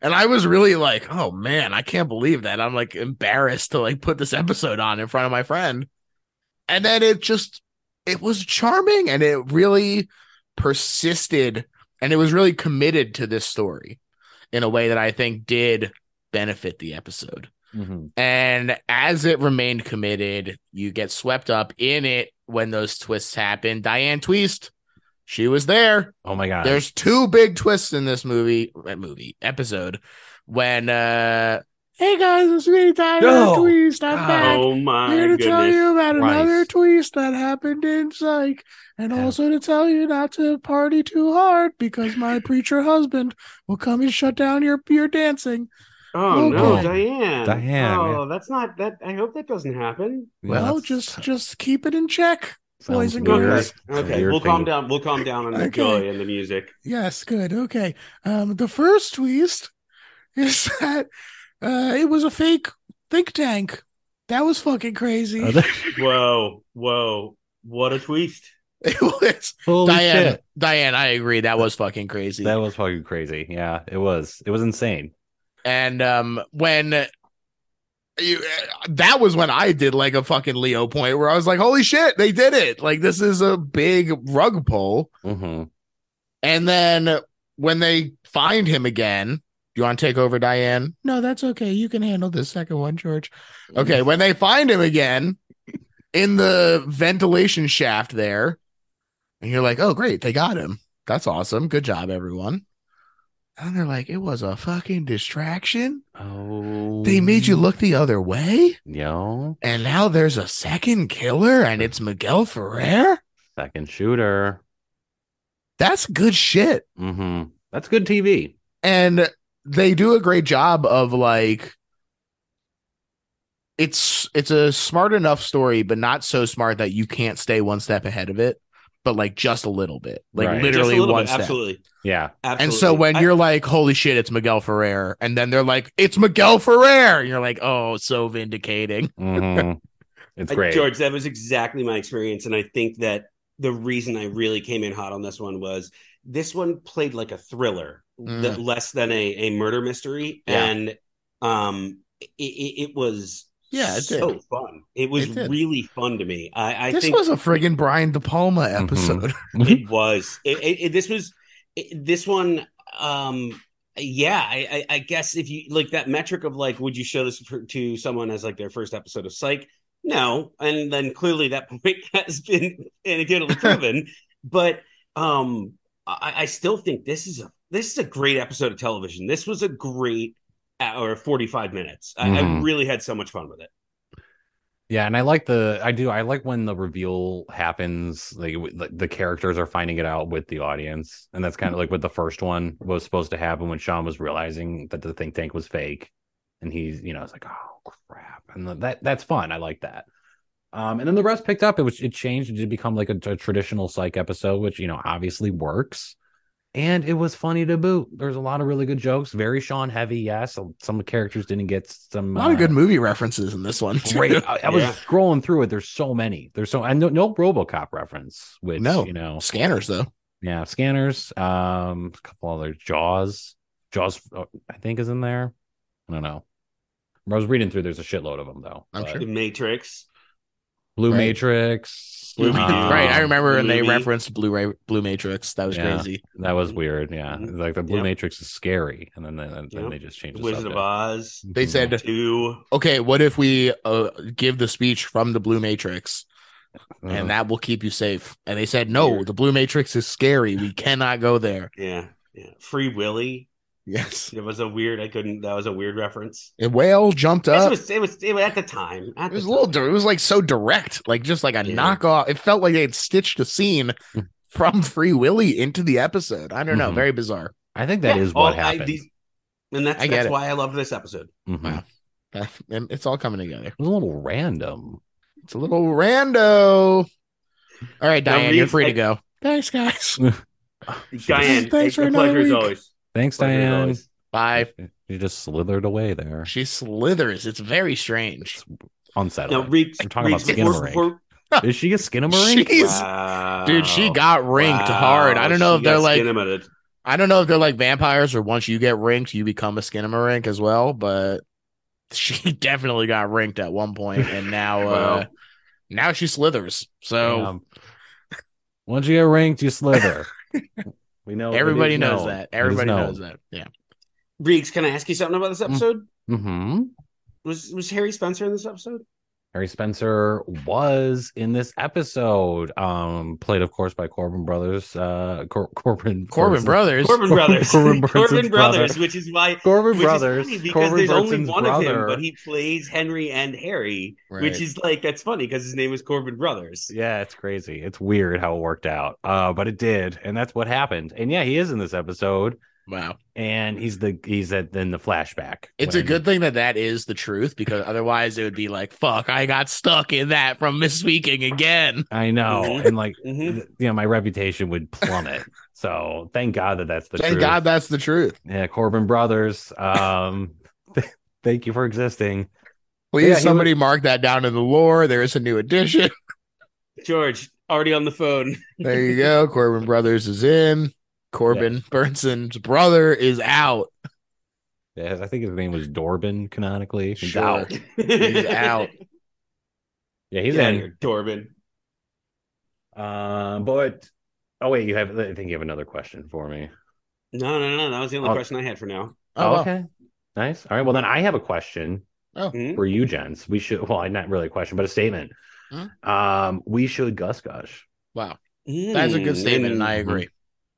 S2: And I was really like, oh man, I can't believe that. I'm like embarrassed to like put this episode on in front of my friend. And then it just it was charming and it really persisted and it was really committed to this story in a way that I think did benefit the episode.
S1: Mhm.
S2: And as it remained committed, you get swept up in it when those twists happen. Diane Twist, she was there.
S1: Oh my god.
S2: There's two big twists in this movie, uh, movie episode. When, uh, hey guys, it's me, Diane
S1: No.
S2: Twist. I'm
S1: God.
S2: back.
S3: Oh my
S2: Here to
S3: goodness.
S2: tell you about another
S1: Christ.
S2: twist that happened in Psych, and
S1: Yeah.
S2: also to tell you not to party too hard because my
S1: *laughs*
S2: preacher husband will come and shut down your your dancing.
S3: Oh no,
S1: Okay.
S3: Diane.
S1: Diane,
S3: Oh, that's not that. I hope that doesn't happen.
S1: Yeah,
S2: Well,
S1: that's-
S2: just just keep it in check.
S1: sounds
S2: boys and
S1: weird.
S2: girls.
S1: It's a
S3: Okay,
S1: weird
S3: we'll
S1: thing
S3: calm
S1: to-
S3: down. We'll calm down on the
S2: Okay.
S3: joy and the music.
S2: Yes, good. Okay. Um, the first twist *laughs* is that uh, it was a fake think tank. That was fucking crazy.
S1: Are they-
S3: Whoa, whoa, what a twist!
S2: *laughs* it was
S1: *laughs* Holy
S2: Diane.
S1: shit.
S2: Diane, I agree. That was fucking crazy.
S1: That was fucking crazy. Yeah, it was. It was insane.
S2: and um, when you, that was when I did like a fucking Leo point where I was like, "Holy shit, they did it!" Like this is a big rug pull.
S1: Mm-hmm.
S2: And then when they find him again, do you want to take over, Diane? No, that's okay. You can handle this second one, George. Okay, when they find him again in the ventilation shaft there, and you're like, oh, great, they got him. That's awesome. Good job, everyone. And they're like, it was a fucking distraction.
S1: Oh,
S2: They made you look the other way.
S1: Yo,
S2: And now there's a second killer, and it's Miguel Ferrer.
S1: second shooter.
S2: That's good shit.
S1: Mm-hmm. That's good TV.
S2: and they do a great job of like it's it's a smart enough story but not so smart that you can't stay one step ahead of it but like just a little bit like
S1: Right.
S3: Just a
S2: literally
S3: little bit,
S2: one step
S3: Absolutely,
S1: Yeah.
S3: absolutely.
S2: and so when
S3: I-
S2: you're like holy shit it's miguel ferrer and then they're like it's miguel ferrer and you're like oh so vindicating *laughs*
S1: hmm it's
S3: I-
S1: great.
S3: George, that was exactly my experience, and I think that the reason I really came in hot on this one was this one played like a thriller,
S2: Mm.
S3: th- less than a, a murder mystery,
S2: Yeah.
S3: and Um, it, it, it was
S2: Yeah, it
S3: so
S2: did.
S3: fun. It was
S2: It did.
S3: really fun to me. I, I
S2: this
S3: think
S2: was a friggin' Brian De Palma episode.
S3: it was it, it, it- this was it, this one um yeah I, I i guess if you like that metric of like would you show this for, to someone as like their first episode of psych no and then clearly that *laughs* point has been
S2: *laughs*
S3: anecdotally proven but um i i still think this is a this is a great episode of television this was a great hour 45 minutes I, I
S1: Mhm.
S3: really had so much fun with it
S1: Yeah, and I like the I do I like when the reveal happens like w- like, the characters are finding it out with the audience, and that's
S2: Mm-hmm.
S1: kind of like what the first one was supposed to happen when Sean was realizing that the think tank was fake, and he's you know it's like oh crap, and th- that that's fun. I like that. Um, and then the rest picked up. It was it changed. It did become like a, a traditional psych episode, which you know obviously works, and it was funny to boot. There's a lot of really good jokes, very Sean heavy. Yes, some- some characters didn't get some
S2: A lot of
S1: uh,
S2: good movie references in this one. too.
S3: *laughs*
S1: great. I, I was
S3: Yeah.
S1: scrolling through it. There's so many. There's so and no, no RoboCop reference. Which
S2: No.
S1: you know,
S2: Scanners
S3: *laughs*
S2: though.
S1: yeah, scanners. Um, a couple other Jaws. Jaws, uh, I think, is in there. I don't know. I was reading through. There's a shitload of them though.
S2: I'm
S1: But
S2: sure.
S3: The matrix
S1: Blue
S2: Right.
S1: Matrix.
S3: Blue Matrix.
S1: um,
S2: right. I remember when they
S3: Movie.
S2: referenced Blu-ray Blue Matrix. That was
S1: Yeah.
S2: crazy.
S1: That was weird. Yeah,
S3: Mhm.
S1: like the Blue
S3: Yep.
S1: Matrix is scary, and then then, then
S3: Yep.
S1: they just changed
S3: the
S1: the
S3: wizard of
S1: subject.
S3: oz
S2: They
S1: Mhm.
S2: said,
S3: two
S2: okay, what if we uh, give the speech from the Blue Matrix
S1: Ugh.
S2: and that will keep you safe? And they said, no, the Blue Matrix is scary. We cannot go there.
S3: yeah yeah free willy
S2: Yes.
S3: It was a weird. I couldn't. That was a weird reference.
S2: A whale jumped
S3: This
S2: up.
S3: was. It was. It was at the time. At
S2: It was a
S3: the
S2: little.
S3: time.
S2: dir- It was like so direct, like just like a
S3: Yeah.
S2: knockoff. It felt like they had stitched a scene from Free Willy into the episode. I don't know.
S1: Mhm.
S2: Very bizarre.
S1: I think that is
S3: Yeah.
S1: what
S3: All- I-
S1: happened.
S3: these- and that's
S2: I get
S3: that's
S2: it.
S3: why I love this episode.
S1: Mhm.
S2: Wow. And it's all coming together.
S1: It was a little random.
S2: It's a little rando. All right,
S3: Now,
S2: Diane, you're
S3: Reeves,
S2: free to
S3: I-
S2: go. Thanks, guys.
S3: Diane,
S2: Thanks
S3: it's
S2: for
S3: a
S2: another
S3: pleasure as
S2: week.
S3: always.
S1: Thanks,
S3: Pleasure as
S1: Diane.
S3: always.
S2: Bye.
S1: You just slithered away there.
S2: She slithers. It's very strange.
S1: It's unsettling.
S3: No, Reeks.
S1: I'm talking about
S3: Reeks, before-
S1: Skinamarink.
S3: before-
S1: is she a skinamarink?
S2: She's
S3: Wow.
S2: dude, she got rinked
S3: Wow,
S2: hard. I don't know
S3: she
S2: if they're
S3: got
S2: like
S3: Skinamated.
S2: I don't know if they're like vampires or once you get rinked, you become a skinamarink as well, but *laughs* she definitely got rinked at one point and
S3: *laughs*
S2: now uh
S3: Wow.
S2: now she slithers. So
S1: Damn. *laughs* once you get ranked, you slither. we know.
S2: everybody knows that. Everybody knows that. Yeah.
S3: Reeks, can I ask you something about
S2: Mm.
S3: this episode?
S1: Mm-hmm.
S3: Was was Harry Spencer in this episode?
S1: Harry Spencer was in this episode, um, played of course by Corbin Brothers. Uh, Cor- Corbin
S2: Corbin
S1: Burnson-
S2: Brothers.
S3: Corbin
S2: *laughs*
S3: Brothers.
S1: Corbin Burnson's
S3: Brothers,
S1: brother.
S3: which is why.
S1: Corbin
S3: Which
S1: Brothers.
S3: is funny because
S1: Corbin
S3: there's only
S1: Burnson's
S3: one of
S1: brother.
S3: him, but he plays Henry and Harry,
S2: Right.
S3: which is like that's funny because his name is Corbin Brothers.
S1: Yeah, it's crazy. It's weird how it worked out. Uh, but it did, and that's what happened. And yeah, he is in this episode.
S2: Wow.
S1: and he's the he's at in the flashback.
S2: It's a
S1: when-
S2: good thing that that is the truth because otherwise it would be like, fuck, I got stuck in that from misspeaking again.
S1: I know,
S2: *laughs*
S3: Mhm.
S1: and like
S3: Mhm.
S2: Mm-hmm.
S1: you know, my reputation would plummet. so thank God that that's the
S2: Thank
S1: truth.
S2: God that's the truth.
S1: yeah, Corbin Brothers. Um, *laughs* th- thank you for existing.
S2: Please,
S1: Yeah, he
S2: somebody mark that down in the lore. There is a
S1: *laughs*
S2: new edition.
S3: George already on the phone.
S2: There you go. Corbin Brothers is in. Corbin Burnson's brother is out.
S1: Yeah, I think his name was Dorbin canonically. He's
S2: Sure.
S3: *laughs*
S1: out.
S2: He's out.
S1: Yeah, he's
S3: He's out
S1: in.
S3: here, Dorbin.
S1: Um, but oh wait, you have. I think you have another question for me.
S3: No, no, no. That was the only
S1: Oh.
S3: question I had for now.
S2: Oh, wow.
S1: okay. Nice. All right. Well, then I have a question.
S2: Oh.
S3: Hmm?
S1: For you, gents, we should. Well, not really a question, but a statement. Um, we should gush gush.
S2: wow. That's a good statement, and I agree.
S3: Hmm.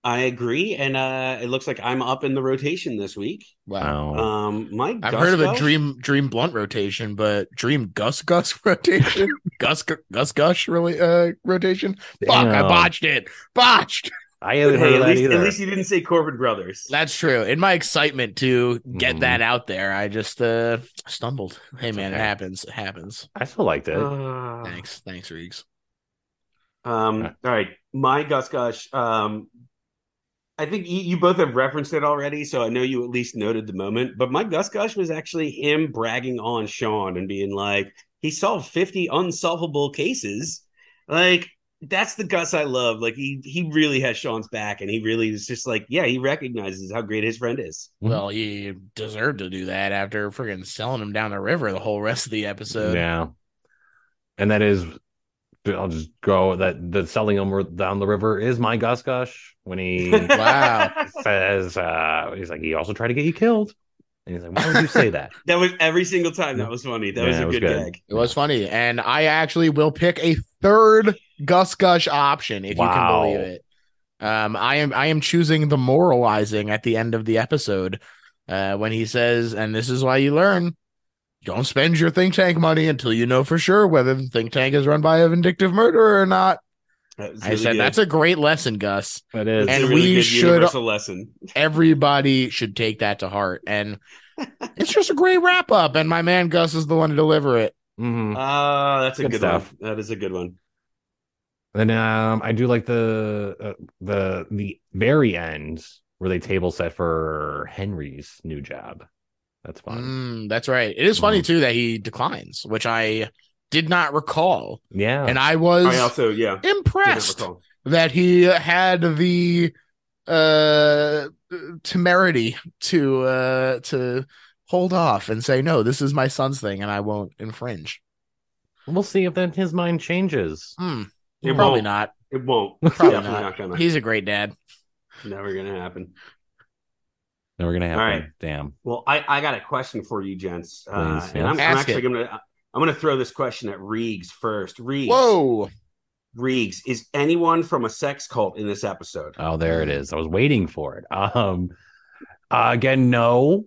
S3: I agree. And uh, it looks like I'm up in the rotation this week.
S2: Wow.
S1: Wow.
S3: Um, my
S2: Oh. I've
S3: Gus
S2: heard of a
S3: Gush-
S2: dream dream blunt rotation, but dream Gus Gus *laughs* rotation, Gus Gus Gush really uh rotation. Fuck, I
S1: Damn.
S2: botched it. Botched.
S1: I haven't heard
S3: Hey,
S1: of
S3: at
S1: that
S3: least,
S1: either.
S3: at least you didn't say Corbin Brothers.
S2: That's true. In my excitement to get
S1: Mhm.
S2: that out there, I just uh stumbled. Hey man, it
S1: okay.
S2: happens. It happens.
S1: I still liked
S2: Uh,
S1: it.
S3: Ah.
S2: Thanks. Thanks, Reeks.
S3: Um,
S1: Okay.
S3: all right, my Gus Gush. Um, I think you, you both have referenced it already, so I know you at least noted the moment. But my Gus Gush was actually him bragging on Sean and being like, he solved 50 unsolvable cases. Like, that's the Gus I love. Like he he really has Sean's back, and he really is just like, yeah, he recognizes how great his friend is.
S2: Well, he deserved to do that after freaking selling him down the river the whole rest of the episode.
S1: yeah. And that is, I'll just go that the selling him down the river is my Gus Gush when *laughs* he
S2: Wow.
S1: says uh, he's like he also tried to get you killed, and he's like, why would you say that?
S3: *laughs* that was every single time. That was funny. That
S1: Yeah,
S3: was a
S1: it was
S3: good,
S1: good.
S3: gag.
S2: It was funny. And I actually will pick a third Gus Gush option if
S1: Wow.
S2: you can believe it. Um, I am I am choosing the moralizing at the end of the episode uh, when he says, and this is why you learn. Don't spend your think tank money until you know for sure whether the think tank is run by a vindictive murderer or not.
S3: That was
S2: I
S3: really
S2: said
S3: good.
S2: that's a great lesson, Gus.
S1: *laughs* That is,
S3: That's
S2: and
S3: a really
S2: we
S3: good
S2: should-
S3: universal lesson.
S2: everybody should take that to heart.
S3: *laughs*
S2: And it's just a great wrap up. And my man Gus is the one to deliver it.
S1: Mhm.
S3: Ah, that's a
S1: Good
S3: good,
S1: stuff.
S3: one. That is a good one.
S1: Then um, I do like the uh, the the very end where they table set for Henry's new job. That's fun.
S2: Mm, that's right. It is funny
S1: Mhm.
S2: too that he declines, which I did not recall,
S1: Yeah,
S2: and I was
S3: I also, yeah. did not
S2: impressed
S3: recall.
S2: that he had the uh temerity to uh to hold off and say no this is my son's thing and i won't infringe
S1: we'll see if then his mind changes.
S2: Hmm,
S3: It
S2: probably
S3: won't.
S2: not
S3: It won't.
S2: Probably
S3: Definitely
S2: not.
S3: not gonna.
S2: he's a great dad
S3: Never gonna happen.
S1: Never gonna happen.
S3: All right.
S1: Damn.
S3: Well, I, I got a question for you, gents. uh,
S1: Please,
S3: and I'm,
S2: yes.
S3: I'm
S2: Ask
S3: actually
S2: it.
S3: gonna I'm gonna throw this question at Reegs first. Reegs,
S2: whoa
S3: Reegs, is anyone from a sex cult in this episode?
S1: Oh, there it is. I was waiting for it. Um, uh, again, no.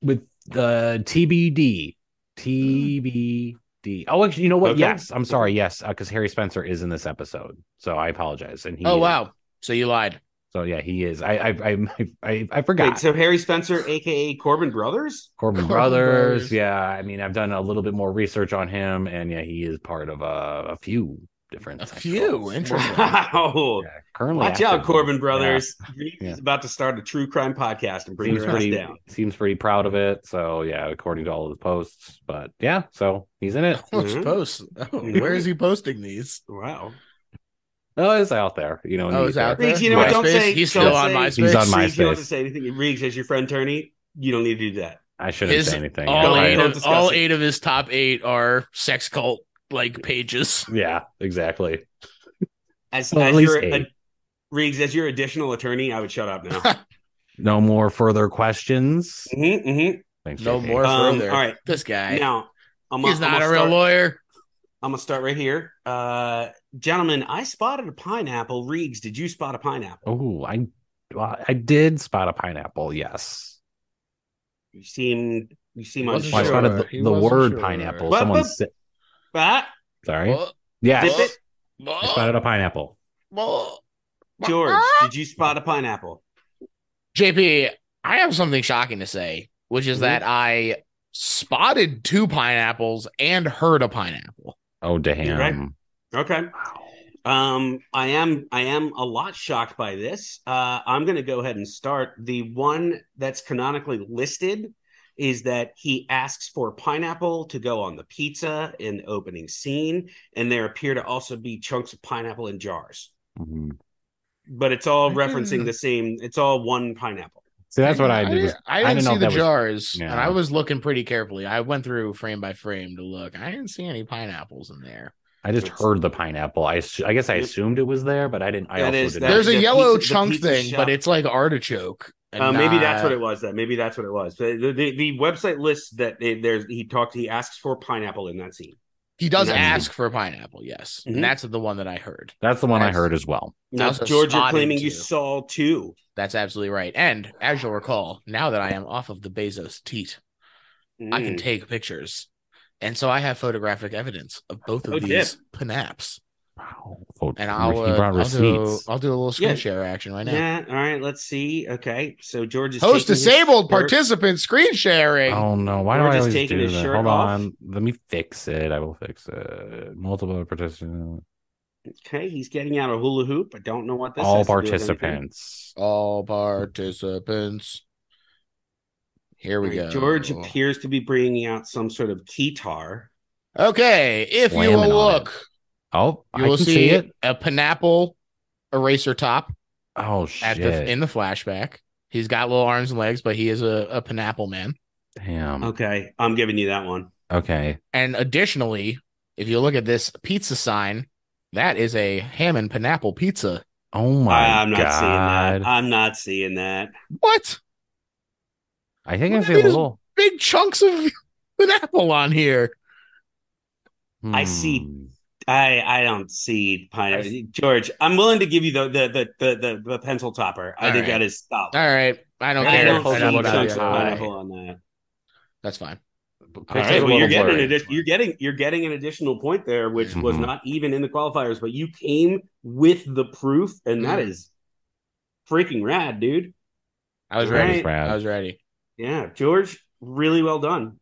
S1: With the TBD, TBD. Oh, actually, you know what?
S3: Okay.
S1: Yes, I'm sorry. Yes, because Harry Spencer is in this episode, so I apologize. And he,
S2: oh wow so you lied
S1: So yeah, he is. I I I *laughs* I, I, I forgot.
S3: Wait, so Harry Spencer, aka Corbin Brothers?
S1: Corbin,
S2: Corbin
S1: Brothers.
S2: Brothers.
S1: Yeah, I mean, I've done a little bit more research on him, and yeah, he is part of uh, a few different.
S2: A
S1: sex
S2: few?
S1: cults.
S2: Interesting.
S3: *laughs* Wow.
S1: Yeah, currently,
S3: Watch
S1: active.
S3: out, Corbin Brothers. Reeves
S1: Yeah.
S3: is about to start a true crime podcast
S1: Yeah,
S3: and bring
S1: seems
S3: your ass
S1: pretty
S3: down.
S1: seems pretty proud of it. So yeah, according to all of his posts, but yeah, so he's in it.
S2: Let's
S3: Mhm.
S2: post. Oh,
S3: Mhm.
S2: where is he posting these?
S3: Wow.
S1: Oh, it's out there. You know, in
S2: Oh,
S1: the
S2: it's
S1: ether.
S2: out there.
S3: Reeves, you know what? Don't
S2: MySpace?
S3: say
S2: He's
S3: don't
S2: still on
S3: say-
S2: MySpace.
S1: He's on
S3: Reeves, you don't have
S1: MySpace.
S3: to say anything. Reegs, as your friend Turney, you don't need to do that.
S1: I shouldn't
S2: His-
S1: say anything.
S2: all
S1: You're
S3: Don't-
S2: eight
S1: right.
S3: don't
S2: of
S3: discuss
S2: all
S3: it.
S2: eight of his top eight are sex cult like pages.
S1: Yeah, exactly.
S3: As,
S1: Well, at
S3: as
S1: least
S3: your
S1: eight.
S3: a, Reeves, as your additional attorney, I would shut
S1: *laughs*
S3: up now.
S1: No more further questions.
S3: Mhm, mhm.
S1: Thanks,
S2: No
S1: JP.
S2: more
S3: Um,
S2: further.
S3: all right.
S2: this guy.
S3: Now, I'm
S2: he's
S3: I'm
S2: not a real
S3: start,
S2: lawyer.
S3: I'm gonna start right here, uh, gentlemen. I spotted a pineapple. Reeves, did you spot a pineapple?
S1: Oh, I well, I did spot a pineapple. Yes,
S3: You seem you seem
S2: He wasn't
S1: well, I
S3: unsure.
S2: sure.
S1: spotted
S2: He
S1: the, the
S2: wasn't
S1: word
S2: sure. oh,
S1: pineapple.
S3: But-
S1: Someone
S3: but-
S1: said,
S3: Ah,
S1: sorry.
S2: Well,
S1: yes,
S3: dip it.
S2: well,
S1: I spotted a pineapple.
S2: well.
S3: George, did you spot a pineapple?
S2: JP, I have something shocking to say, which is
S1: Mm-hmm.
S3: Mhm.
S2: that I spotted two pineapples and heard a pineapple.
S1: Oh damn!
S3: right. Okay.
S1: Wow.
S3: Um, I am I am a lot shocked by this. Uh, I'm going to go ahead and start. The one that's canonically listed is that he asks for pineapple to go on the pizza in the opening scene, and there appear to also be chunks of pineapple in jars.
S1: Mhm.
S3: But it's all
S2: I
S3: referencing
S2: didn't-
S3: the same. It's all one pineapple.
S1: See, that's what I did. was-
S2: I didn't,
S1: didn't know
S2: see
S1: if
S2: the
S1: that was-
S2: jars,
S1: Yeah.
S2: and I was looking pretty carefully. I went through frame by frame to look. I didn't see any pineapples in there.
S1: I just
S3: It's-
S1: heard the pineapple. I s- I guess I
S3: Yep.
S1: assumed it was there, but I didn't. I
S3: That
S1: also
S3: is-
S1: didn't.
S3: that
S2: There's
S3: is-
S2: a
S3: the
S2: yellow
S3: pizza- the
S2: chunk
S3: pizza
S2: thing,
S3: shop.
S2: but it's like artichoke. and
S3: Uh, maybe that's what
S2: not-
S3: it was. Then maybe that's what it was. The, the, the website lists that it, there's he talks. He asks for pineapple in that scene.
S2: He does
S3: That's-
S2: ask for a pineapple, yes,
S3: Mhm.
S2: and that's the one that I heard.
S1: That's the one I
S2: That's-
S1: heard as well.
S3: Now,
S2: Also
S3: George, you're
S2: spotted
S3: claiming you
S2: to.
S3: saw two.
S2: That's absolutely right. And as you'll recall, now that I am off of the Bezos teat, I
S3: Mm.
S2: can take pictures, and so I have photographic evidence of both of
S3: Oh,
S2: these panaps.
S1: Wow. Oh,
S2: And I'll,
S1: he
S2: uh,
S1: brought
S2: I'll do
S1: receipts.
S2: I'll do a little screen
S3: Yeah.
S2: share action right now.
S3: Yeah. All right. Let's see. Okay. So George is
S2: Host
S3: taking his
S2: disabled
S3: shirt-
S2: participant screen sharing.
S1: Oh no! Why do
S3: We're
S1: I
S3: just
S1: always
S3: taking
S1: do
S3: his
S1: that?
S3: shirt
S1: Hold
S3: off.
S1: on. Let me fix it. I will fix it. Multiple participants.
S3: Okay. He's getting out a hula hoop. I don't know what this.
S1: All
S3: has to do with anything.
S1: participants.
S2: All participants. Here we
S3: All right,
S2: go.
S3: George appears to be bringing out some sort of keytar.
S2: Okay, if you
S1: Slamming
S2: will
S1: on it.
S2: look
S1: Oh,
S2: You
S1: I
S2: will
S1: can see,
S2: see,
S1: it.
S2: a pineapple eraser top
S1: Oh shit!
S2: at the in the flashback. He's got little arms and legs, but he is a, a pineapple man.
S1: Damn. Okay.
S3: Okay, I'm giving you that one.
S2: And additionally, if you look at this pizza sign, that is a ham and pineapple pizza.
S1: Oh my
S3: I, am not
S1: god!
S3: seeing that. Uh, I'm not seeing that.
S2: What?
S1: I think
S2: What
S1: I
S2: are
S1: see a
S2: these-
S1: little.
S2: Big chunks of *laughs* pineapple on here.
S3: I see-
S1: Hmm.
S3: I I don't see pineapple.
S2: I-
S3: George, I'm willing to give you the the the the, the, the pencil topper. I
S2: All
S3: think
S2: right.
S3: that is stop.
S2: All right. I don't
S3: I
S2: care.
S3: don't
S1: Pineapple
S3: see
S1: topper.
S3: chunks of
S1: Pie.
S3: pineapple on that.
S2: That's fine.
S1: Pictures
S2: right,
S1: are a
S3: well,
S1: little
S3: you're getting an
S1: blurry.
S3: addition, you're getting you're getting an additional point there, which was
S2: Mm-hmm.
S1: Mhm.
S3: not even in the qualifiers, but you came with the proof, and that
S2: Mhm.
S3: is freaking rad, dude.
S2: I was
S3: All right.
S2: ready.
S1: That is rad.
S2: I was ready.
S3: Yeah, George, really well done.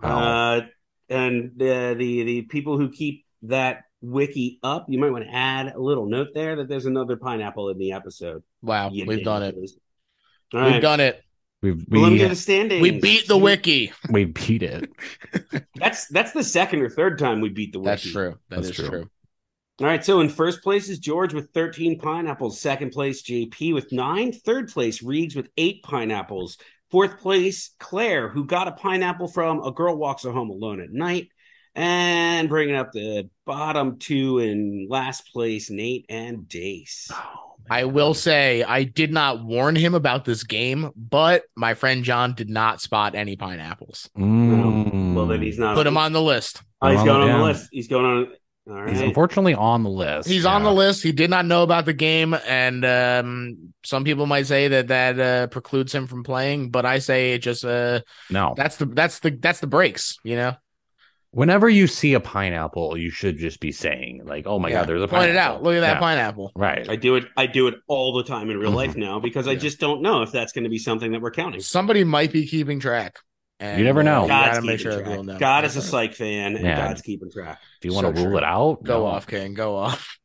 S1: Wow.
S3: Uh, and the, the the people who keep that wiki up, you might want to add a little note there that there's another pineapple in the episode.
S2: Wow.
S3: You
S2: we've done it.
S3: ridiculous. All
S2: we've
S3: right.
S2: done it.
S1: we've
S3: Well, let me get
S1: we,
S3: the standings.
S2: We beat the wiki.
S1: *laughs* we beat it.
S3: *laughs* That's that's the second or third time we beat the wiki.
S2: That's true.
S1: That's
S2: That's
S1: true.
S2: true.
S3: All right, so in first place is George with 13 pineapples, second place JP with 9, third place Reeves with 8 pineapples, fourth place Claire who got a pineapple from A Girl Walks Home Alone at Night, and bringing up the bottom two in last place Nate and Dace.
S2: I will say I did not warn him about this game, but my friend John did not spot any pineapples.
S1: Mm.
S3: Well, then he's not
S2: Put him on the list.
S3: Oh, he's
S1: Well,
S3: going on
S1: yeah.
S3: the list. He's going on All right.
S1: He's unfortunately on the list.
S2: He's on the
S1: yeah.
S2: list. He did not know about the game, and um, some people might say that that uh, precludes him from playing. But I say it just uh,
S1: No.
S2: that's the that's the that's the breaks. You know,
S1: Oh Whenever you see a pineapple, you should just be saying like, "Oh my
S2: Yeah.
S1: god, there's a pineapple."
S2: point it out. Look at that
S1: Yeah.
S2: pineapple.
S1: Right.
S3: I do it I do it all the time in real
S1: Mhm.
S3: life now because I
S2: Yeah.
S3: just don't know if that's going to be something that we're counting.
S2: Somebody might be keeping track. And,
S1: You never
S2: uh,
S1: know.
S2: You
S3: God's
S2: gotta make
S3: keeping
S2: sure
S3: track.
S2: everyone knows.
S3: God is a
S2: That's right.
S3: psych fan, and
S1: Yeah.
S3: God's keeping track.
S1: Do you want to
S2: So
S1: rule
S2: true.
S1: it out?
S2: Go
S1: No.
S2: off, King. Go off.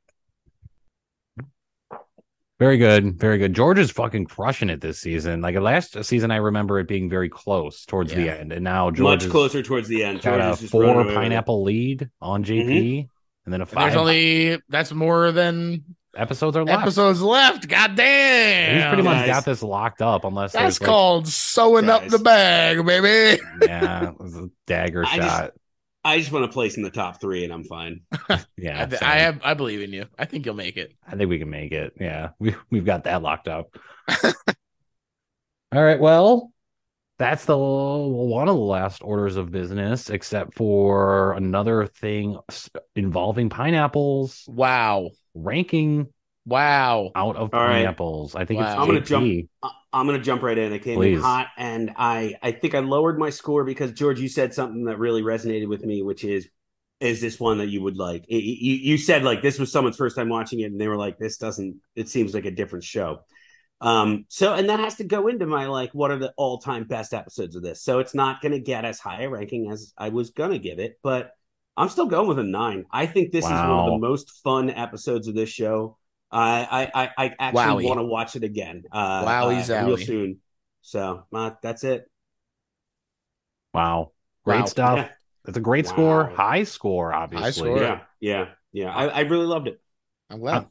S1: Very good. Very good. George is fucking crushing it this season. Like last season, I remember it being very close towards the
S2: Yeah.
S1: end, and now George
S3: Much
S1: is
S3: closer towards the end. George
S1: got
S3: is
S1: a
S3: just running
S1: four
S3: away with it.
S1: pineapple lead on JP, and then a
S2: Mm-hmm. And there's
S1: five
S2: only that's more than
S1: episodes are left.
S2: episodes left. God damn.
S1: He's pretty much
S3: Guys.
S1: got this locked up, unless
S2: That's
S1: there's, like,
S2: called sewing up
S3: Guys.
S2: the bag, baby.
S1: *laughs* yeah, it was a dagger
S3: I just-
S1: shot.
S3: I just want to place in the top three, and I'm fine.
S1: yeah,
S2: I, th-
S1: same.
S2: I have, I believe in you. I think you'll make it.
S1: I think we can make it. Yeah, *laughs* we we've got that locked up. *laughs* All right. Well, that's the one of the last orders of business, except for another thing s- involving pineapples
S2: Wow,
S1: ranking
S2: wow.
S1: out of
S3: All right.
S1: pineapples. I think it's
S2: Wow. I'm
S3: gonna
S1: JP.
S3: jump- I- I'm going to jump right in. I came
S1: Please.
S3: in hot, and I I think I lowered my score because George, you said something that really resonated with me, which is, is this one that you would like? Y- y- You you said like this was someone's first time watching it, and they were like, this doesn't. It seems like a different show. Um. So, and that has to go into my like, what are the all time best episodes of this? So it's not going to get as high a ranking as I was going to give it, but I'm still going with a nine. I think this is one of
S1: Wow.
S3: the most fun episodes of this show. I I I, I actually
S2: Wowie.
S3: want to watch it again. Uh,
S2: Wowie
S3: uh, real
S2: zowie.
S3: soon. So uh, that's it.
S1: Wow, great
S2: Wow.
S1: stuff.
S3: Yeah.
S1: That's a great
S3: Wow.
S1: score. High score, obviously.
S2: score.
S3: Yeah, yeah, yeah. I, I really loved it.
S2: I'm glad.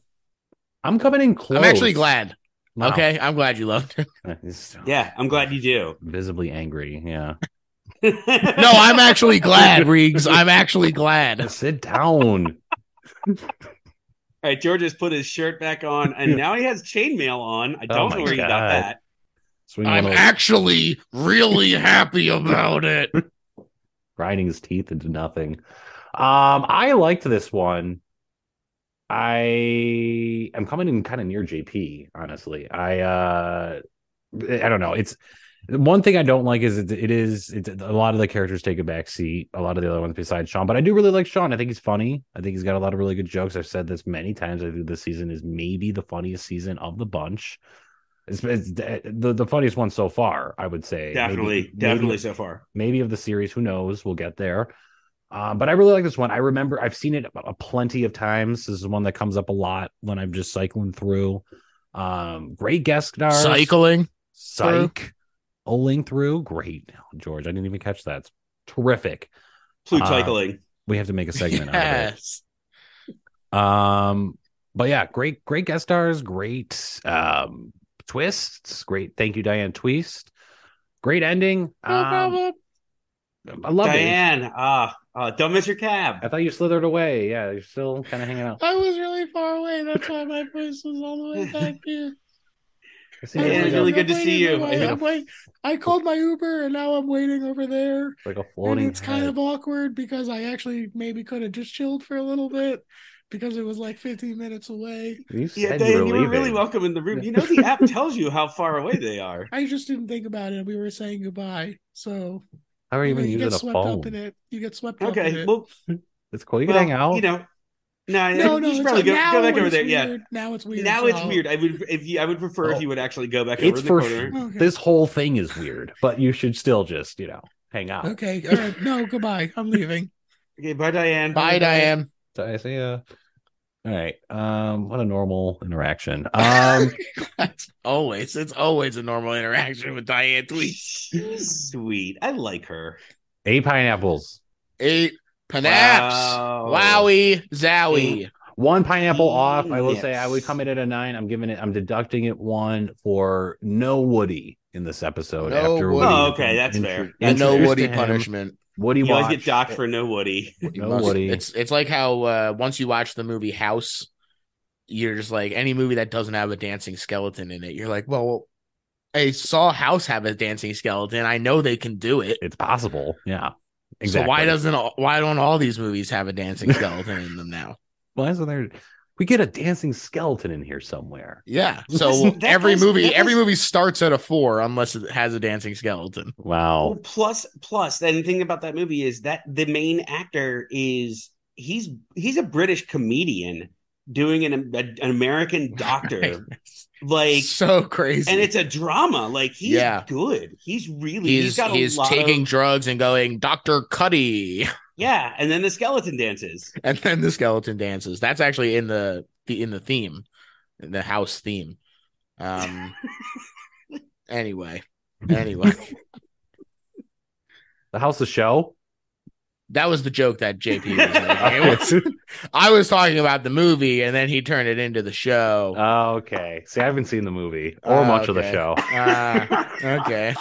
S1: I'm coming in
S2: I'm,
S1: close.
S2: actually glad.
S1: Wow. *laughs*
S2: Okay, I'm glad you loved it.
S1: He's
S3: Yeah, I'm glad you do.
S1: Visibly angry. Yeah. *laughs*
S3: no, *laughs*
S2: No, I'm actually glad, Reegs. I'm actually glad.
S1: Sit
S2: *laughs*
S1: down.
S3: All right, George has put his shirt back on, and now he has chainmail on. I don't
S1: Oh my
S3: know where he
S1: God.
S3: got that.
S1: Swing one
S2: I'm
S1: of those-
S2: actually really happy about it.
S1: grinding his teeth into nothing. Um, I liked this one. I am coming in kind of near JP, honestly. I uh I don't know. It's one thing I don't like is it, it is it's, a lot of the characters take a back seat, a lot of the other ones besides Sean, but I do really like Sean. I think he's funny. I think he's got a lot of really good jokes. I've said this many times. I think this season is maybe the funniest season of the bunch. It's, it's the, the funniest one so far, I would say. Maybe-
S3: Definitely,
S1: maybe
S3: definitely so far.
S1: maybe of the series. Who knows? We'll get there. Uh, but I really like this one. I remember I've seen it a, a plenty of times. This is one that comes up a lot when I'm just cycling through. Um, great guest stars.
S2: Cycling.
S1: Psych. Oling through. Great. George, I didn't even catch that. It's terrific.
S3: Plutycling.
S1: We have to make a segment out of it.
S2: Yes.
S1: Um, but yeah, great, great guest stars, great um twists, great. Thank you, Diane Twist. Great ending. Um, I love it.
S3: Diane, ah, ah, don't miss your
S1: I
S3: cab.
S1: thought you slithered away. Yeah, you're still kind of hanging out.
S2: I was really far away. That's why my voice was all the way back here.
S1: I see
S3: Yeah,
S1: you
S3: it's
S1: like,
S3: really
S1: a,
S3: good to
S2: I'm
S3: see
S2: waiting
S3: you.
S2: over- I'm wait- I called my Uber and now I'm waiting over there.
S1: like a
S2: And
S1: floating.
S2: it's kind
S1: head.
S2: of awkward because I actually maybe could have just chilled for a little bit because it was like 15 minutes away.
S1: You said
S3: Yeah,
S1: you were
S3: Diane, you were really
S1: leaving.
S3: welcome in the room. You
S1: *laughs*
S3: know, the app tells you how far away they are.
S2: I just didn't think about it. We were saying goodbye. So
S1: How are you even
S2: you
S1: using
S2: get
S1: a
S2: swept up in
S1: phone?
S2: it. You get swept up in
S3: Okay,
S2: it.
S3: well,
S1: It's cool. You can
S3: well,
S1: hang out.
S3: You know,
S2: no,
S3: no, you
S2: no,
S3: should
S2: it's
S3: probably
S2: like,
S3: go,
S2: now
S3: go back over
S2: it's
S3: there. Yeah,
S2: Weird. Now it's weird.
S3: now it's
S2: so-
S3: weird. I would if you, I would prefer
S1: Oh.
S3: if you would actually go back over
S1: it's
S3: in the
S1: for
S3: corner.
S2: Okay.
S1: this whole thing is weird, but you should still just you know hang out.
S2: Okay. All right. No, goodbye. I'm leaving.
S3: Okay, *laughs* bye, Diane.
S2: *laughs*
S1: So I see ya. All right. Um, what a normal interaction.
S2: *laughs*
S1: Um,
S2: That's always it's always a normal interaction with Diane Tweet.
S3: She's sweet. I like her.
S1: eight pineapples.
S2: Eight panaps.
S3: Wow.
S2: Wowie zowie.
S1: One pineapple off. I will say I would
S3: Yes.
S1: come in at a nine. I'm giving it. I'm deducting it one for no Woody in this episode.
S2: No
S1: after
S2: Woody.
S1: Woody
S3: Oh, okay, that's fair.
S2: And no
S1: introduced
S2: Woody
S1: to him.
S2: punishment.
S1: Woody
S3: You always
S1: watch.
S3: get docked for no Woody.
S1: No
S2: Must-
S1: Woody.
S2: It's it's like how uh, once you watch the movie House, you're just like any movie that doesn't have a dancing skeleton in it. You're like, well, I saw House have a dancing skeleton. I know they can do it.
S1: It's possible. Yeah. Exactly.
S2: So why doesn't all- why don't all these movies have a dancing skeleton in them
S3: *laughs*
S2: now?
S1: why isn't there? We get a dancing skeleton in here somewhere.
S2: Yeah. So
S3: Listen, that
S2: every
S3: was-
S2: movie
S3: that
S2: every
S3: was-
S2: movie starts at a four unless it has a dancing skeleton.
S1: Wow.
S3: Well, plus, plus, and the thing about that movie is that the main actor is he's he's a British comedian doing an an
S2: *laughs*
S3: American doctor, like,
S2: so crazy.
S3: and it's a drama. Like he's
S2: Yeah.
S3: good. He's really
S2: he's
S3: he's got a
S2: he's
S3: lot
S2: taking
S3: of
S2: drugs and going Dr. Cuddy. *laughs*
S3: yeah. And then the skeleton dances.
S2: and then the skeleton dances. That's actually in the, the in the theme, in the house theme.
S3: *laughs*
S2: Um. anyway, anyway,
S1: The house of
S3: *laughs*
S1: show.
S2: that was the joke that JP was making. It was- I was talking about the movie, and then he turned it into the show.
S1: Oh, *laughs* okay. See, I haven't seen the movie or
S3: Ah,
S2: Oh,
S1: much of the
S2: okay.
S1: show.
S2: Uh,
S3: *laughs*
S2: okay.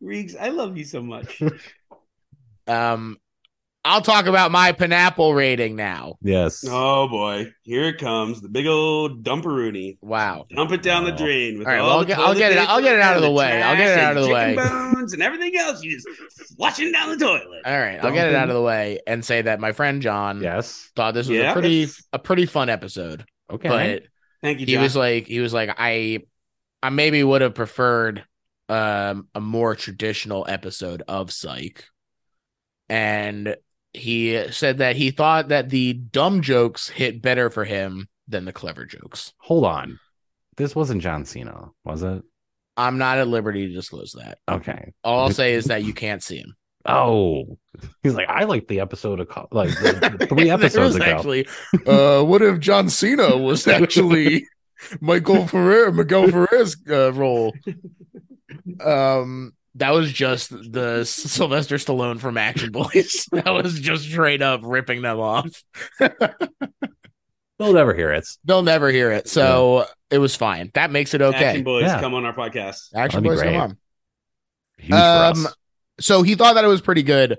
S3: Riggs, I love you
S2: *laughs*
S3: so much.
S2: Um, I'll talk about my pineapple rating now.
S1: Yes.
S3: oh boy, here it comes the big old dumperoonie.
S2: Wow.
S3: Dump it down the
S1: Wow.
S3: drain. With
S2: All right,
S3: all
S2: well, I'll
S3: the
S2: get- I'll
S3: toilet
S2: get it-
S3: paper
S2: I'll get it out of the
S3: and
S2: way. I'll get it
S3: trash
S2: out of
S3: and
S2: the
S3: chicken
S2: way.
S3: Bones and everything else. You just flushing down the toilet.
S2: All right, I'll get it
S1: Duncan.
S2: out of the way and say that my friend John
S1: Yes.
S2: thought this was
S3: Yeah.
S2: a pretty a pretty fun episode,
S1: Okay.
S2: but
S3: Thank you,
S2: he
S3: John.
S2: was like he was like i i maybe would have preferred um a more traditional episode of psych and he said that he thought that the dumb jokes hit better for him than the clever jokes
S1: Hold on. This wasn't John Cena, was it?
S2: i'm not at liberty to disclose that
S1: Okay.
S2: all i'll say is that you can't see him
S1: Oh, he's like, I liked the episode of co- like the-
S3: *laughs*
S1: the three
S2: *laughs* There
S1: episodes
S2: was
S1: ago.
S2: actually uh what if john
S1: *laughs*
S2: cena was actually michael ferrer miguel ferrer's uh, role um that was just the sylvester stallone from action boys *laughs* that was just straight up ripping them off
S1: They'll never hear it.
S2: they'll never hear it so it was fine that makes it okay
S3: Action
S2: action,
S3: boys,
S1: Yeah.
S3: come on our podcast.
S1: That'd be
S2: boys
S1: great.
S2: come on
S1: Huge for
S2: Um,
S1: us.
S2: so he thought that it was pretty good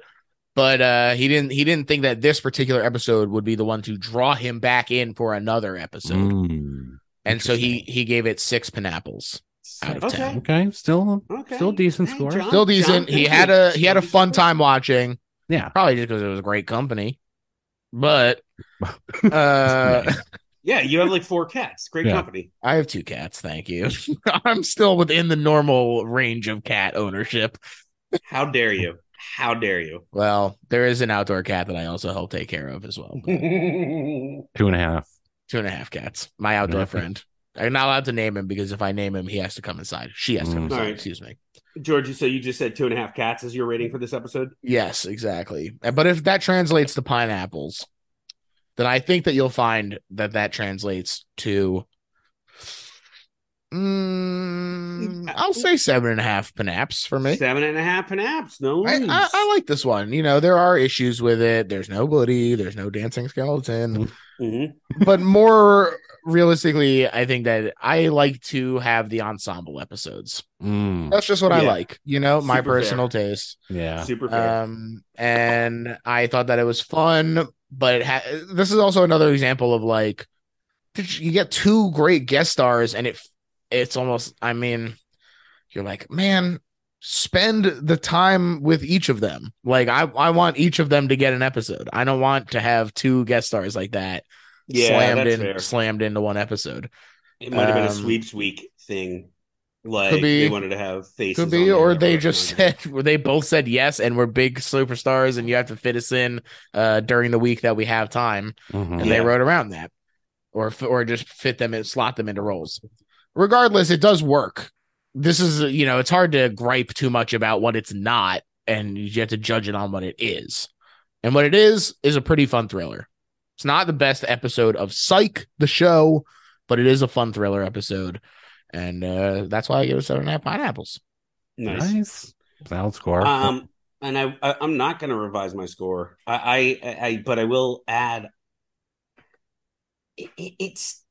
S2: but uh he didn't he didn't think that this particular episode would be the one to draw him back in for another episode
S1: Mm,
S2: and so he
S1: Interesting.
S2: he gave it six pineapples out of
S3: Okay.
S2: ten.
S1: okay, still
S3: Okay.
S1: still decent
S3: Hey,
S1: score.
S3: John.
S2: Still decent.
S3: thank
S2: he
S3: you.
S2: had a he had a fun time watching.
S1: Yeah.
S2: probably just because it was great company. But *laughs* uh,
S3: Yeah, you have like four cats. Great
S1: Yeah.
S3: company.
S2: I have two cats. Thank you. *laughs* I'm still within the normal range of cat ownership.
S3: How dare you? How
S2: *laughs*
S3: dare you?
S2: Well, there is an outdoor cat that I also help take care of as well. *laughs*
S1: Two and a half.
S2: Two and a half cats. My outdoor
S1: Yeah.
S2: friend. I'm not allowed to name him because if I name him, he has to come inside. She has to come
S1: Mm.
S2: inside.
S3: Alright.
S2: Excuse me.
S3: Georgie, so you just said two and a half cats as your rating for this episode?
S2: Yes, exactly. But if that translates to pineapples, then I think that you'll find that that translates to. Mm, I'll say seven and a half pinaps for me.
S3: Seven and a half panaps. No
S2: I, I,
S3: worries. *laughs*
S2: I like this one. You know, there are issues with it. There's no Woody. There's no dancing skeleton.
S3: Mhm.
S2: but more realistically, I think that I like to have the ensemble episodes.
S1: Mm,
S2: That's just what I
S3: Yeah.
S2: like, you know, my
S3: Super fair.
S2: personal taste.
S1: yeah.
S3: Super fair.
S2: Um, and I thought that it was fun, but it ha- this is also another example of like you get two great guest stars, and it it's almost. I mean, you're like, man, spend the time with each of them. Like, I I want each of them to get an episode. I don't want to have two guest stars like that
S3: yeah,
S2: slammed
S3: that's
S2: in
S3: fair.
S2: slammed into one episode.
S3: It might have been a
S2: Um,
S3: sweeps week thing. Like
S2: could be.
S3: they wanted to have faces.
S2: Could be,
S3: on there
S2: or
S3: that
S2: they
S3: were
S2: just
S3: recognizable.
S2: said *laughs* where they both said yes, and we're big superstars, and you have to fit us in uh, during the week that we have time,
S1: Mhm.
S2: and they
S3: Yeah.
S2: wrote around that, or f- or just fit them and slot them into roles. Regardless, it does work. This is you know it's hard to gripe too much about what it's not, and you have to judge it on what it is, and what it is is a pretty fun thriller. It's not the best episode of Psych, the show, but it is a fun thriller episode, and uh, that's why I give it seven and a half pineapples.
S3: nice.
S1: Nice. Sound score.
S3: Um, and I, I I'm not going to revise my score. I, I, I, but I will add. It, it- it's.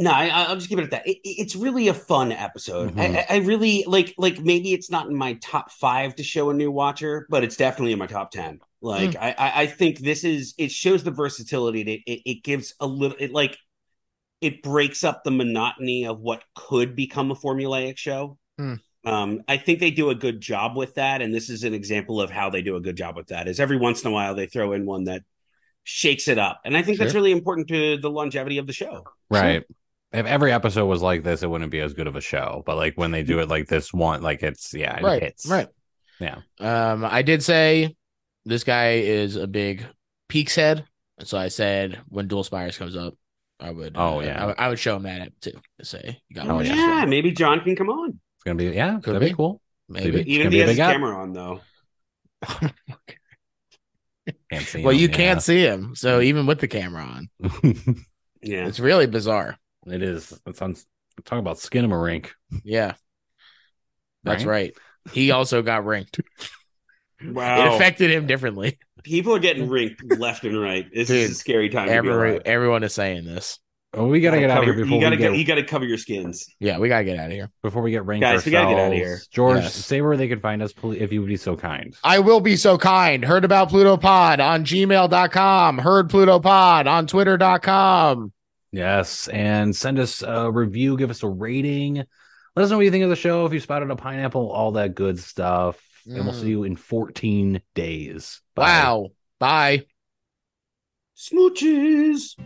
S3: No, I, I'll just give it at that. It, it- it's really a fun episode. I
S1: Mhm.
S3: I, I really like, like maybe it's not in my top five to show a new watcher, but it's definitely in my top ten. Like I, I, I think this is it shows the versatility. It, it, it gives a little, it like, it breaks up the monotony of what could become a formulaic show. Um, I think they do a good job with that, and this is an example of how they do a good job with that. Is every once in a while they throw in one that shakes it up, and I think that's
S2: Sure.
S3: really important to the longevity of the show.
S1: right. If every episode was like this, it wouldn't be as good of a show. But like when they do it like this one, like it's yeah, it
S2: right,
S1: hits.
S2: right.
S1: Yeah.
S2: Um, I did say this guy is a big peaks head, and so I said when Dual Spires comes up, I would.
S1: Oh,
S2: uh,
S1: yeah.
S2: I, would- I would show him that app too. To say you got
S1: Oh,
S2: one
S1: yeah.
S2: guest
S3: yeah,
S2: one.
S3: maybe John can come on,
S1: It's gonna be yeah,
S2: Could
S1: that'd be,
S2: be.
S1: cool.
S2: maybe.
S1: It's gonna
S3: even if
S1: be
S3: he
S1: a
S3: has his
S1: big app.
S3: camera on though.
S1: Can't see
S2: well,
S1: him,
S2: you
S1: yeah. *laughs*
S2: can't see him, so even with the camera on,
S3: Yeah,
S2: it's really bizarre.
S1: it is. It's on talk about skinamarink.
S2: Yeah, that's
S1: Right?
S2: right. He also got ranked. It
S3: wow.
S2: affected him differently.
S3: People are getting rinked left and right. This is a
S2: Dude,
S3: scary time. to be
S2: Every
S3: alive.
S2: everyone is saying this.
S1: Oh, we gotta get out of
S3: cover,
S1: here before
S3: you gotta
S1: we get
S3: go- you gotta cover your skins.
S2: Yeah, we gotta get out of here.
S1: before we get ranked
S3: Guys, we gotta get out of
S1: ourselves.
S3: here.
S1: George,
S2: Yes.
S1: say where they can find us, please, if you would be so kind.
S2: I will be so kind. Heard about Pluto Pod on gmail.com, heard Pluto Pod on twitter.com.
S1: Yes, and send us a review, give us a rating. Let us know what you think of the show. If you spotted a pineapple, all that good stuff. And we'll
S2: Mm.
S1: see you in 14 days. Bye.
S2: Wow. Bye.
S3: Smooches.